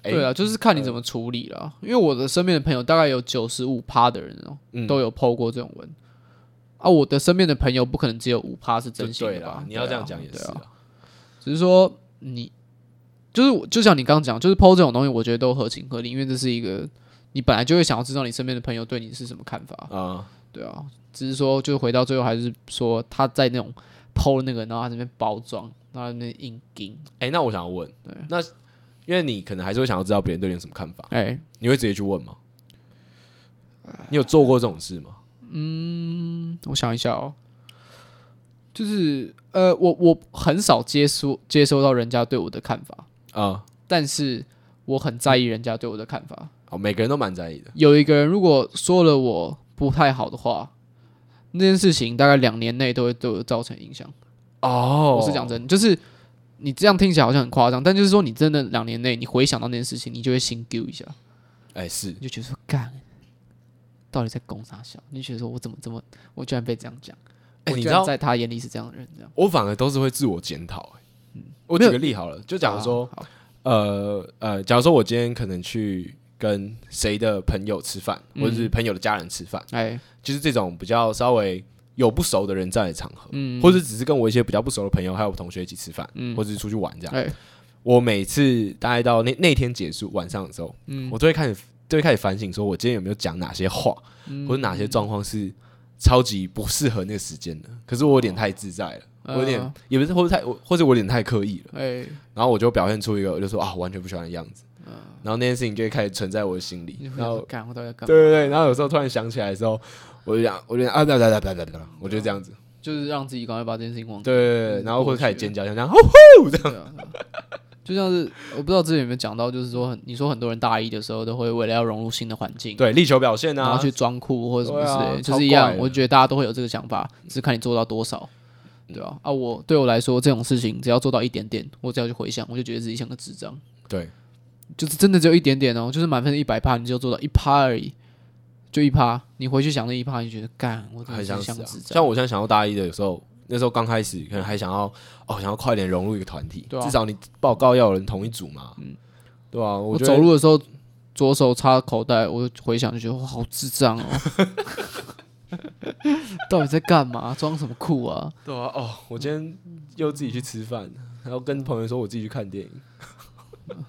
Speaker 2: 哎
Speaker 1: 对啊，就是看你怎么处理啦。因为我的身边的朋友大概有九十五趴的人哦、
Speaker 2: 嗯
Speaker 1: 都有 PO 过这种文。啊，我的身边的朋友不可能只有五趴是
Speaker 2: 就
Speaker 1: 真心
Speaker 2: 对
Speaker 1: 的
Speaker 2: 啦
Speaker 1: 吧？，
Speaker 2: 你要这
Speaker 1: 对啊
Speaker 2: 样讲也
Speaker 1: 对
Speaker 2: 是
Speaker 1: 啊
Speaker 2: 啊。
Speaker 1: 只是说你就是我，就像你刚刚讲，就是 PO 这种东西，我觉得都合情合理，因为这是一个你本来就会想要知道你身边的朋友对你是什么看法。
Speaker 2: 啊
Speaker 1: 对啊，只是说就回到最后，还是说他在那种剖那个，然后他那边包装，然后他那边硬盯，
Speaker 2: 哎、那我想要问，那因为你可能还是会想要知道别人对你有什么看法，
Speaker 1: 哎、
Speaker 2: 你会直接去问吗？
Speaker 1: 呃
Speaker 2: 你有做过这种事吗？
Speaker 1: 我想一下哦，就是呃，我我很少接收接收到人家对我的看法，
Speaker 2: 啊、
Speaker 1: 但是我很在意人家对我的看法。
Speaker 2: 哦，每个人都蛮在意的。
Speaker 1: 有一个人如果说了我不太好的话，那件事情大概两年内都会对我造成影响。
Speaker 2: 哦
Speaker 1: 我是讲，真的，就是你这样听起来好像很夸张，但就是说你真的两年内你回想到那件事情，你就会心丢一下，
Speaker 2: 哎、是
Speaker 1: 你就觉得说干，到底在攻啥小？你就觉得说我怎么这么，我居然被这样讲，
Speaker 2: 哎
Speaker 1: 我
Speaker 2: 你
Speaker 1: 居
Speaker 2: 知
Speaker 1: 然
Speaker 2: 道
Speaker 1: 在他眼里是这样的人，这样。
Speaker 2: 我反而都是会自我检讨、哎我
Speaker 1: 没
Speaker 2: 举
Speaker 1: 有
Speaker 2: 个例好了，就假如说
Speaker 1: 啊，嗯好
Speaker 2: 呃呃，假如说我今天可能去跟谁的朋友吃饭，
Speaker 1: 嗯
Speaker 2: 或者是朋友的家人吃饭，
Speaker 1: 哎，
Speaker 2: 就是这种比较稍微有不熟的人在的场合，
Speaker 1: 嗯，
Speaker 2: 或者只是跟我一些比较不熟的朋友还有同学一起吃饭，或者是出去玩这样。
Speaker 1: 哎，嗯
Speaker 2: 我每次大概到那那天结束晚上的时候，我都会开始就会开始反省，说我今天有没有讲哪些话，
Speaker 1: 嗯
Speaker 2: 或者哪些状况是超级不适合那个时间的。可是我有点太自在了，我有点、
Speaker 1: 呃
Speaker 2: 也不是或者太我或者我有点太刻意了，
Speaker 1: 哎，
Speaker 2: 然后我就表现出一个我就说啊完全不喜欢的样子，然后那件事情就会开始存在我的心
Speaker 1: 嗯你
Speaker 2: 里
Speaker 1: 就，会
Speaker 2: 然后
Speaker 1: 想干我到底要干
Speaker 2: 对
Speaker 1: 嘛？
Speaker 2: 对对，然后有时候突然想起来的时候，我就讲我就讲啊哒哒哒哒哒哒，我就这样子，
Speaker 1: 就是让自己赶快把这件事情忘
Speaker 2: 对
Speaker 1: 掉。
Speaker 2: 对对，然后会开始尖叫，想想哦吼
Speaker 1: 对啊对啊就像是我不知道之前有没有讲到，就是说很你说很多人大一的时候都会为了要融入新的环境，
Speaker 2: 对力求表现
Speaker 1: 然后
Speaker 2: 啊，
Speaker 1: 去装酷或者什么
Speaker 2: 对
Speaker 1: 之
Speaker 2: 啊
Speaker 1: 类的，就
Speaker 2: 超
Speaker 1: 是一样
Speaker 2: 怪。的
Speaker 1: 我觉得大家都会有这个想法，只是看你做到多少，对啊，啊，我对我来说这种事情只要做到一点点，我只要去回想，我就觉得自己像个智障，
Speaker 2: 对
Speaker 1: 就是真的只有一点点哦，就是满分一百趴，你就做到一趴而已，就一趴。你回去想那一趴，你就觉得干，我真的
Speaker 2: 很
Speaker 1: 是
Speaker 2: 想
Speaker 1: 像
Speaker 2: 死
Speaker 1: 个
Speaker 2: 啊
Speaker 1: 智。障
Speaker 2: 像。我现在想到大一的，有时候那时候刚开始，可能还想要哦，想要快点融入一个团体，
Speaker 1: 对啊嗯
Speaker 2: 至少你报告要有人同一组嘛。对啊，我
Speaker 1: 我
Speaker 2: 觉
Speaker 1: 走
Speaker 2: 得
Speaker 1: 路的时候，左手插口袋，我就回想就觉得哇，好智障哦！ 到底在干嘛？装什么酷啊？
Speaker 2: 对啊，哦，我今天又自己去吃饭，然后跟朋友说我自己去看电影，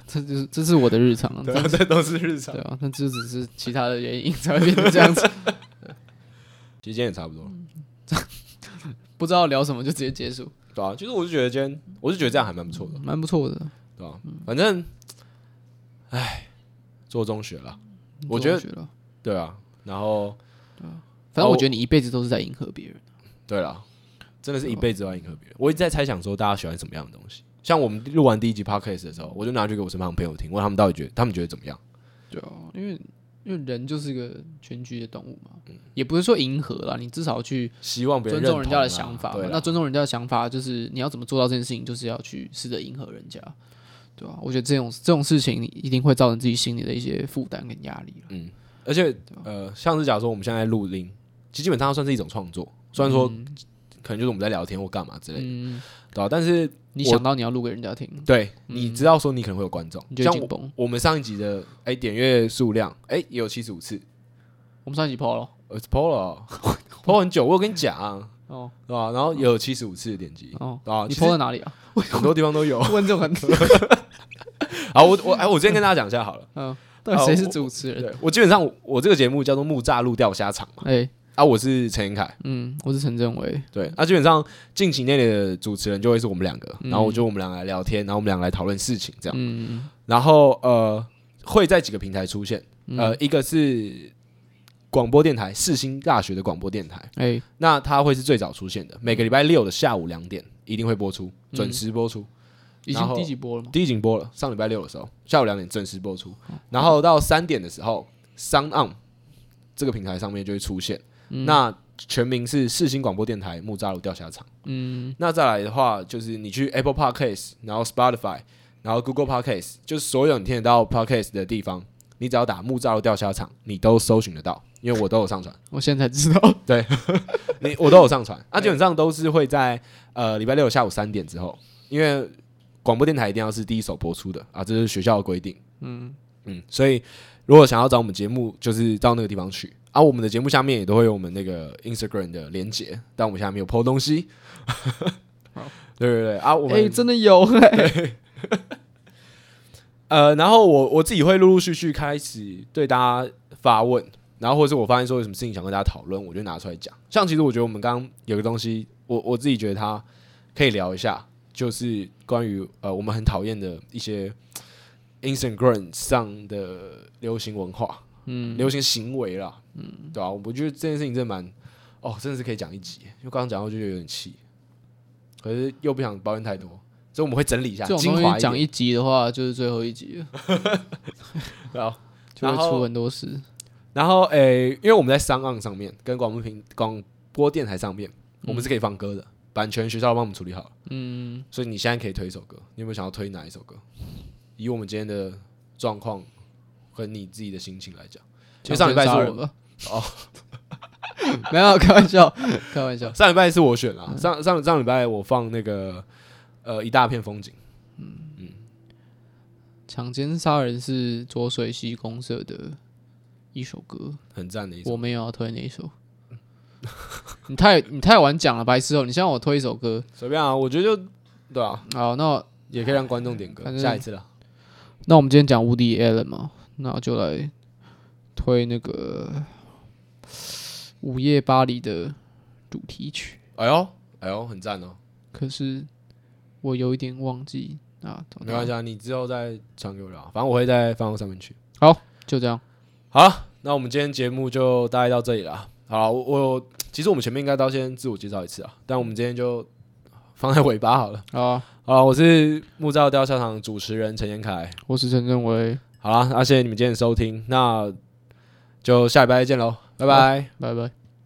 Speaker 1: 这就是这是我的日常，
Speaker 2: 对啊，这都是日常
Speaker 1: 嗯对。啊，那这只是其他的原因才会变成这样子。
Speaker 2: 其实今天也差不多了，
Speaker 1: 嗯不知道聊什么就直接结束，
Speaker 2: 对啊，就是我就觉得今天，我就觉得这样还蛮不错的，
Speaker 1: 蛮不错的。
Speaker 2: 对啊，
Speaker 1: 嗯
Speaker 2: 反正，唉，做中学了，我觉得哦
Speaker 1: 得，
Speaker 2: 对啊，然后
Speaker 1: 反正我觉得你一辈子都是在迎合别人。
Speaker 2: 对了，真的是一辈子都要迎合别人。我一直在猜想说大家喜欢什么样的东西。像我们录完第一集 podcast 的时候，我就拿去给我身旁的朋友听，问他们到底觉得他们觉得怎么样。
Speaker 1: 对啊，因为因为人就是一个群居的动物嘛，也不是说迎合啦，你至少去
Speaker 2: 希望嗯别人
Speaker 1: 尊
Speaker 2: 认同
Speaker 1: 重
Speaker 2: 啊
Speaker 1: 人家的想法嘛
Speaker 2: 对。啦
Speaker 1: 那尊重人家的想法，就是你要怎么做到这件事情，就是要去试着迎合人家，对啊，我觉得这种这种事情，你一定会造成自己心里的一些负担跟压力了。
Speaker 2: 而且
Speaker 1: 啊
Speaker 2: 呃，像是假如说我们现在录音，其实基本上算是一种创作，虽然说可能就是我们在聊天或干嘛之类的，
Speaker 1: 嗯，
Speaker 2: 对吧、但是
Speaker 1: 你
Speaker 2: 我
Speaker 1: 想到你要录给人家听，
Speaker 2: 对你知道说你可能会有观众
Speaker 1: 你，就
Speaker 2: 像
Speaker 1: 会紧
Speaker 2: 我
Speaker 1: 绷。
Speaker 2: 我们上一集的哎点阅数量哎也有七十五次，
Speaker 1: 我们上一集抛了
Speaker 2: 呃 PO 了 PO 很久，我有跟你讲、啊
Speaker 1: 哦
Speaker 2: 对吧、然后也有七十五次的点击，
Speaker 1: 哦，
Speaker 2: 对吧、嗯
Speaker 1: 你
Speaker 2: 其
Speaker 1: 抛
Speaker 2: 实
Speaker 1: 在哪里啊？
Speaker 2: 很多地方都有。
Speaker 1: 问这种很
Speaker 2: 好，我我哎，我先跟大家讲一下 好了。
Speaker 1: 嗯，到底谁是主持人？
Speaker 2: 对我基本上我我这个节目叫做木栅路钓虾场嘛，
Speaker 1: 哎，
Speaker 2: 啊，我是陈彦凯，
Speaker 1: 嗯，我是陈政伟，
Speaker 2: 对，啊，基本上近期内的主持人就会是我们两个，然后我就我们两个来聊天，然后我们两个来讨论事情这样，
Speaker 1: 嗯，
Speaker 2: 然后呃会在几个平台出现，呃，一个是广播电台，世新大学的广播电台，
Speaker 1: 哎，
Speaker 2: 那它会是最早出现的，每个礼拜六的下午两点一定会播出，准时播出。
Speaker 1: 已
Speaker 2: 然
Speaker 1: 经
Speaker 2: 后
Speaker 1: 第几波了吗？
Speaker 2: 第一集播了，上礼拜六的时候，下午两点正式播出，然后到三点的时候，Sound On 这个平台上面就会出现。那全名是世新广播电台木栅路钓虾场。嗯，那再来的话，就是你去 Apple Podcast，然后 Spotify，然后 Google Podcast，就是所有你听得到 Podcast 的地方，你只要打木栅路钓虾场，你都搜寻得到，因为我都有上传，
Speaker 1: 我现在才知道，
Speaker 2: 你我都有上传。啊那基本上都是会在呃礼拜六下午三点之后，因为广播电台一定要是第一手播出的啊，这是学校的规定。嗯嗯，所以如果想要找我们节目，就是到那个地方去。啊，我们的节目下面也都会有我们那个 Instagram 的连接，但我们现在没有 PO 东西。 对对对，啊，我们、
Speaker 1: 哎，真的有哎，
Speaker 2: 呃，然后我我自己会陆陆续续开始对大家发问，然后或者是我发现说有什么事情想跟大家讨论，我就拿出来讲。像其实我觉得我们刚刚有个东西，我我自己觉得它可以聊一下，就是关于呃我们很讨厌的一些 Instagram 上的流行文化，嗯，流行行为啦，嗯，对啊，我觉得这件事情真的蛮哦，真的是可以讲一集，因为刚刚讲到就觉得有点气，可是又不想抱怨太多，所以我们会整理一下，
Speaker 1: 这种
Speaker 2: 精
Speaker 1: 东
Speaker 2: 华
Speaker 1: 西讲
Speaker 2: 一
Speaker 1: 一集的话，就是最后一集 了，
Speaker 2: 点好。
Speaker 1: 就会
Speaker 2: 然后
Speaker 1: 出很多事。
Speaker 2: 然后诶、因为我们在商岸上面跟广播平广播电台上面，我们是可以放歌的，版权学校帮我们处理好了。嗯，所以你现在可以推一首歌，你有没有想要推哪一首歌？以我们今天的状况和你自己的心情来讲，因为上礼拜是
Speaker 1: 杀
Speaker 2: 我
Speaker 1: 人吧？哦， 没有，开玩笑，开玩笑。
Speaker 2: 上礼拜是我选啦，上上上礼拜我放那个呃一大片风景，
Speaker 1: 强奸杀人是浊水溪公社的一首歌，
Speaker 2: 很赞的一首。
Speaker 1: 我没有要推那一首。 你太你太晚讲了，白痴哦！你先让我推一首歌。
Speaker 2: 随便啊，我觉得就对啊，
Speaker 1: 好，那我
Speaker 2: 也可以让观众点歌
Speaker 1: 反，正
Speaker 2: 下一次啦。
Speaker 1: 那我们今天讲 Woody Allen 嘛，那我就来推那个《午夜巴黎》的主题曲，
Speaker 2: 哎呦，哎呦，很赞哦！
Speaker 1: 可是我有一点忘记啊。找到
Speaker 2: 没关系，啊，你之后再传给我聊，反正我会在放到上面去。
Speaker 1: 就这样。
Speaker 2: 好，那我们今天节目就大概到这里了。好，我我其实我们前面应该都先自我介绍一次啊，但我们今天就放在尾巴好了。
Speaker 1: 好啊，
Speaker 2: 啊，我是木造雕像厂主持人陈彦凯。
Speaker 1: 我是陈正伟，
Speaker 2: 好啦，那谢谢你们今天的收听，那就下礼拜再见喽，拜拜。
Speaker 1: 拜拜。